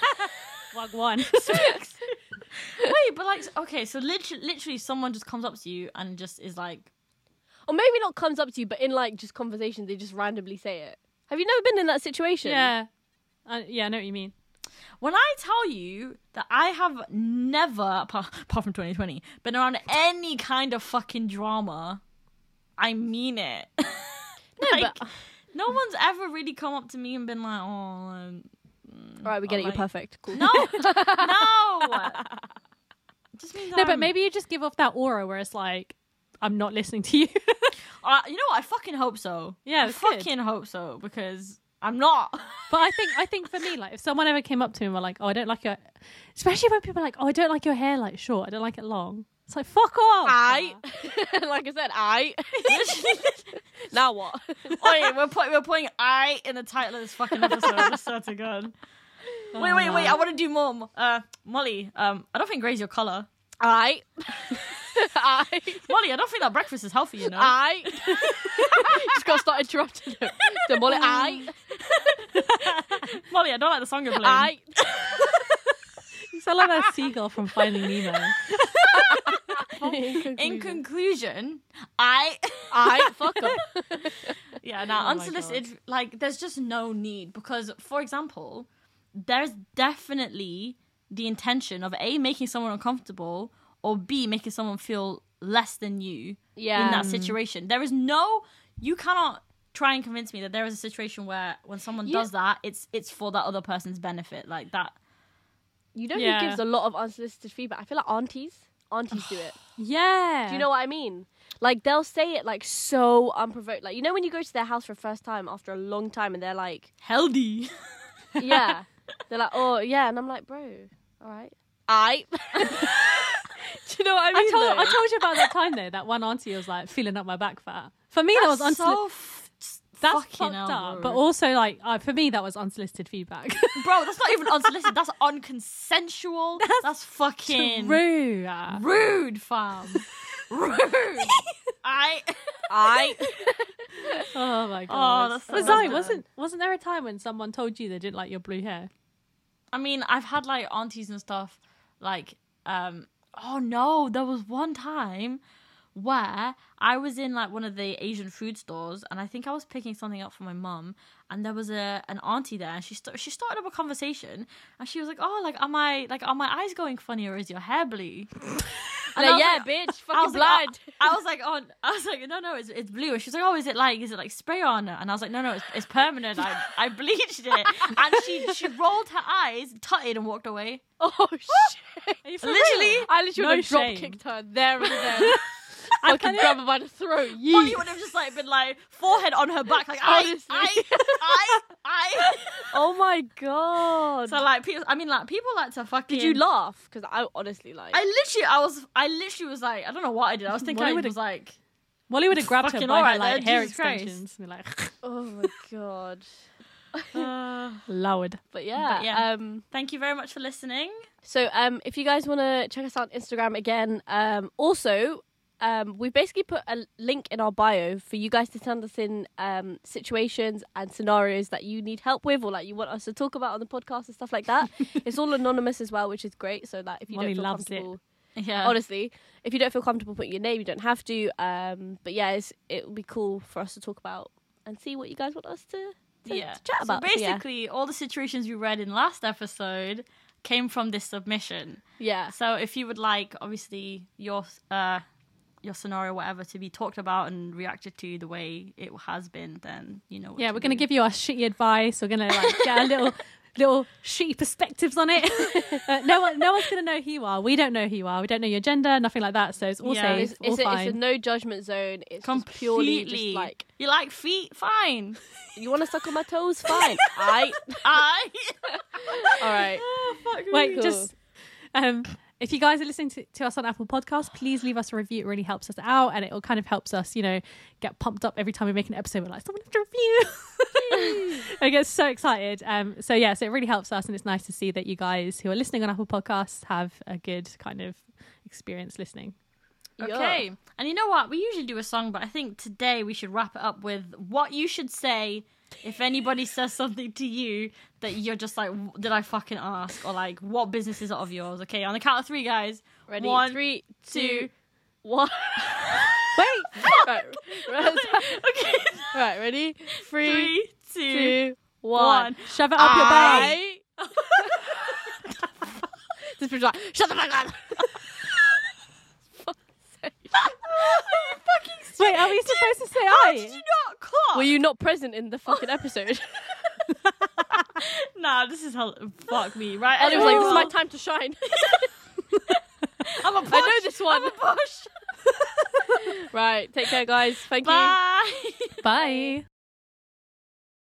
Speaker 1: Wag one.
Speaker 3: Wait, but like, okay, so literally, literally, someone just comes up to you and just is like,
Speaker 2: or maybe not comes up to you, but in like just conversation, they just randomly say it. Have you never been in that situation?
Speaker 1: yeah. I yeah, I know what you mean.
Speaker 3: when I tell you that I have never, apart apart from 2020, been around any kind of fucking drama, I mean it. Like,
Speaker 2: but-
Speaker 3: no one's ever really come up to me and been like, oh. um,
Speaker 2: All right, we get it. You're
Speaker 3: like-
Speaker 2: perfect. Cool.
Speaker 3: No, no. Just means
Speaker 1: No, but
Speaker 3: I'm-
Speaker 2: Um,
Speaker 1: maybe you just give off that aura where it's like, I'm not listening to you.
Speaker 3: Uh, you know what? I fucking hope so.
Speaker 1: Yeah,
Speaker 3: I
Speaker 1: that's good.
Speaker 3: fucking hope so because I'm not.
Speaker 1: But I think I think for me, like if someone ever came up to me and were like, "Oh, I don't like your," especially when people are like, "Oh, I don't like your hair like short. I don't like it long." It's like fuck off.
Speaker 2: I, like I said, I. now what?
Speaker 3: Oi, we're, put, we're putting I in the title of this fucking episode. I swear to God. Wait, wait, wait. I want to do more. Mo- Uh, Molly, um, I don't think grey's your colour.
Speaker 2: I, I,
Speaker 3: Molly, I don't think that breakfast is healthy, you know?
Speaker 2: I. Just gotta start interrupting them. So Molly, I,
Speaker 3: Molly, I don't like the song you're playing.
Speaker 2: I.
Speaker 1: You sound like that seagull from Finding Nemo.
Speaker 3: In conclusion, I.
Speaker 2: I fuck up.
Speaker 3: Yeah, now
Speaker 1: Oh my
Speaker 3: unsolicited, like, there's just no need because, for example, there's definitely the intention of A, making someone uncomfortable, or B, making someone feel less than you
Speaker 2: Yeah.
Speaker 1: Um,
Speaker 3: in that situation. There is no, you cannot try and convince me that there is a situation where when someone
Speaker 2: You-
Speaker 3: does that, it's it's for that other person's benefit, like that.
Speaker 2: You know
Speaker 1: Yeah.
Speaker 2: who gives a lot of unsolicited feedback? I feel like aunties. Aunties do it.
Speaker 1: yeah.
Speaker 2: Do you know what I mean? Like they'll say it like so unprovoked. Like you know when you go to their house for the first time after a long time and they're like,
Speaker 3: Healthy.
Speaker 2: yeah, they're like, oh yeah, and I'm like, bro, all right, I. do you know what I
Speaker 1: I
Speaker 2: mean?
Speaker 1: told I
Speaker 2: though?
Speaker 1: told you about that time though. That one auntie was like feeling up my back fat. For me, that was unsolicited.
Speaker 3: so f-
Speaker 1: that's
Speaker 3: fucking
Speaker 1: fucked
Speaker 3: hell,
Speaker 1: up. But
Speaker 3: bro.
Speaker 1: also, like uh, for me, that was unsolicited feedback.
Speaker 3: Bro, that's not even unsolicited. That's unconsensual. That's, fucking
Speaker 1: True. Ah. yeah.
Speaker 3: rude, fam. rude. I.
Speaker 2: I.
Speaker 1: Oh my god.
Speaker 3: that's so
Speaker 1: but Zoe,
Speaker 3: bad.
Speaker 1: wasn't wasn't there a time when someone told you they didn't like your blue hair?
Speaker 3: I mean, I've had like aunties and stuff. Like, um, oh no, there was one time where I was in like one of the Asian food stores, and I think I was picking something up for my mum, and there was a an auntie there, and she st- she started up a conversation, and she was like, "Oh, like, are my like are my eyes going funny, or is your hair blue?" And I
Speaker 2: Like,
Speaker 3: was
Speaker 2: yeah,
Speaker 3: like-
Speaker 2: bitch,
Speaker 3: I
Speaker 2: fucking
Speaker 3: was like,
Speaker 2: blind.
Speaker 3: oh, I was like, oh, I was like, no, no, it's, it's blue. And she's like, oh, is it like, is it like spray on? And I was like, no, no, it's, it's permanent. I, I bleached it. And she, she rolled her eyes, tutted, and walked away.
Speaker 2: oh shit!
Speaker 1: Are you for
Speaker 3: Literally,
Speaker 1: real?
Speaker 2: I literally
Speaker 1: No
Speaker 2: would have drop
Speaker 1: shame.
Speaker 2: kicked her there and then.
Speaker 1: I
Speaker 2: fucking
Speaker 1: kinda-
Speaker 2: grab her by the throat.
Speaker 3: Molly
Speaker 2: Yeet.
Speaker 3: would have just like been like forehead on her back, like I,
Speaker 2: Honestly.
Speaker 3: I, I, I.
Speaker 2: Oh my god.
Speaker 3: So like people, I mean like people like to fucking.
Speaker 2: Did you laugh? Because I honestly like.
Speaker 3: I literally, I was, I literally was like, I don't know what I did. I was thinking
Speaker 1: Molly
Speaker 3: I
Speaker 1: would've-
Speaker 3: was like,
Speaker 1: Molly would have grabbed her by
Speaker 3: Fucking
Speaker 1: her
Speaker 3: alright
Speaker 1: like
Speaker 3: then,
Speaker 1: hair
Speaker 3: Jesus Christ.
Speaker 1: extensions and be like,
Speaker 2: oh my god.
Speaker 1: lowered.
Speaker 2: But yeah,
Speaker 3: But yeah.
Speaker 2: Um,
Speaker 3: uh, thank you very much for listening.
Speaker 2: so um, if you guys want to check us out on Instagram again, um, also, um, we basically put a link in our bio for you guys to send us in um, situations and scenarios that you need help with or like you want us to talk about on the podcast and stuff like that. it's all anonymous as well, which is great. So that if you
Speaker 1: Molly
Speaker 2: don't feel
Speaker 1: loves it.
Speaker 2: comfortable,
Speaker 3: Yeah.
Speaker 2: honestly, if you don't feel comfortable putting your name, you don't have to. Um, but yeah, it's, it would be cool for us to talk about and see what you guys want us to to,
Speaker 3: yeah.
Speaker 2: to chat
Speaker 3: So
Speaker 2: about. Yeah.
Speaker 3: basically, all the situations we read in last episode came from this submission.
Speaker 2: yeah.
Speaker 3: So if you would like, obviously, your uh, your scenario, whatever, to be talked about and reacted to the way it has been, then you know. What
Speaker 1: Yeah, we're gonna give you our shitty advice. We're gonna like get our little little shitty perspectives on it. Uh, no one, no one's gonna know who you are. We don't know who you are. We don't know your gender, nothing like that. So it's all
Speaker 3: Yeah.
Speaker 1: safe,
Speaker 2: It's,
Speaker 1: all
Speaker 2: it's, a,
Speaker 1: fine.
Speaker 2: it's a no judgment zone. It's just purely
Speaker 3: completely
Speaker 2: just like
Speaker 3: you like feet, fine.
Speaker 2: you want to suck on my toes, fine. I Ah,
Speaker 3: I.
Speaker 2: all right.
Speaker 3: Oh, fuck me.
Speaker 1: Wait,
Speaker 2: Cool.
Speaker 1: just um, if you guys are listening to, to us on Apple Podcasts, please leave us a review. It really helps us out, and it all kind of helps us, you know, get pumped up every time we make an episode. We're like, someone left a review. I get so excited. Um, so yeah, so it really helps us, and it's nice to see that you guys who are listening on Apple Podcasts have a good kind of experience listening.
Speaker 3: Okay. And you know what? We usually do a song, but I think today we should wrap it up with what you should say if anybody says something to you that you're just like, "W- did I fucking ask? Or like, what business is it of yours? Okay, on the count of three, guys.
Speaker 2: Ready?
Speaker 3: One,
Speaker 2: Three, two,
Speaker 3: two-
Speaker 2: one.
Speaker 1: Wait,
Speaker 2: right, right,
Speaker 3: okay.
Speaker 2: right, ready? Three, two,
Speaker 3: Three,
Speaker 2: one.
Speaker 3: two, one.
Speaker 1: shove it up your
Speaker 2: I-
Speaker 1: butt.
Speaker 2: This person's like, shut the fuck up.
Speaker 3: fucking stupid.
Speaker 1: Wait, are we supposed to say
Speaker 3: How did you
Speaker 1: I?
Speaker 3: not clock?
Speaker 2: Were you not present in the fucking episode?
Speaker 3: Nah, this is hell. Fuck me, right?
Speaker 2: Ellie was like, this is my
Speaker 3: Anyway,
Speaker 2: time to shine.
Speaker 3: Oh. I'm a push.
Speaker 2: I know this one.
Speaker 3: I'm a push.
Speaker 2: right, take care, guys. Thank you.
Speaker 3: Bye.
Speaker 1: Bye.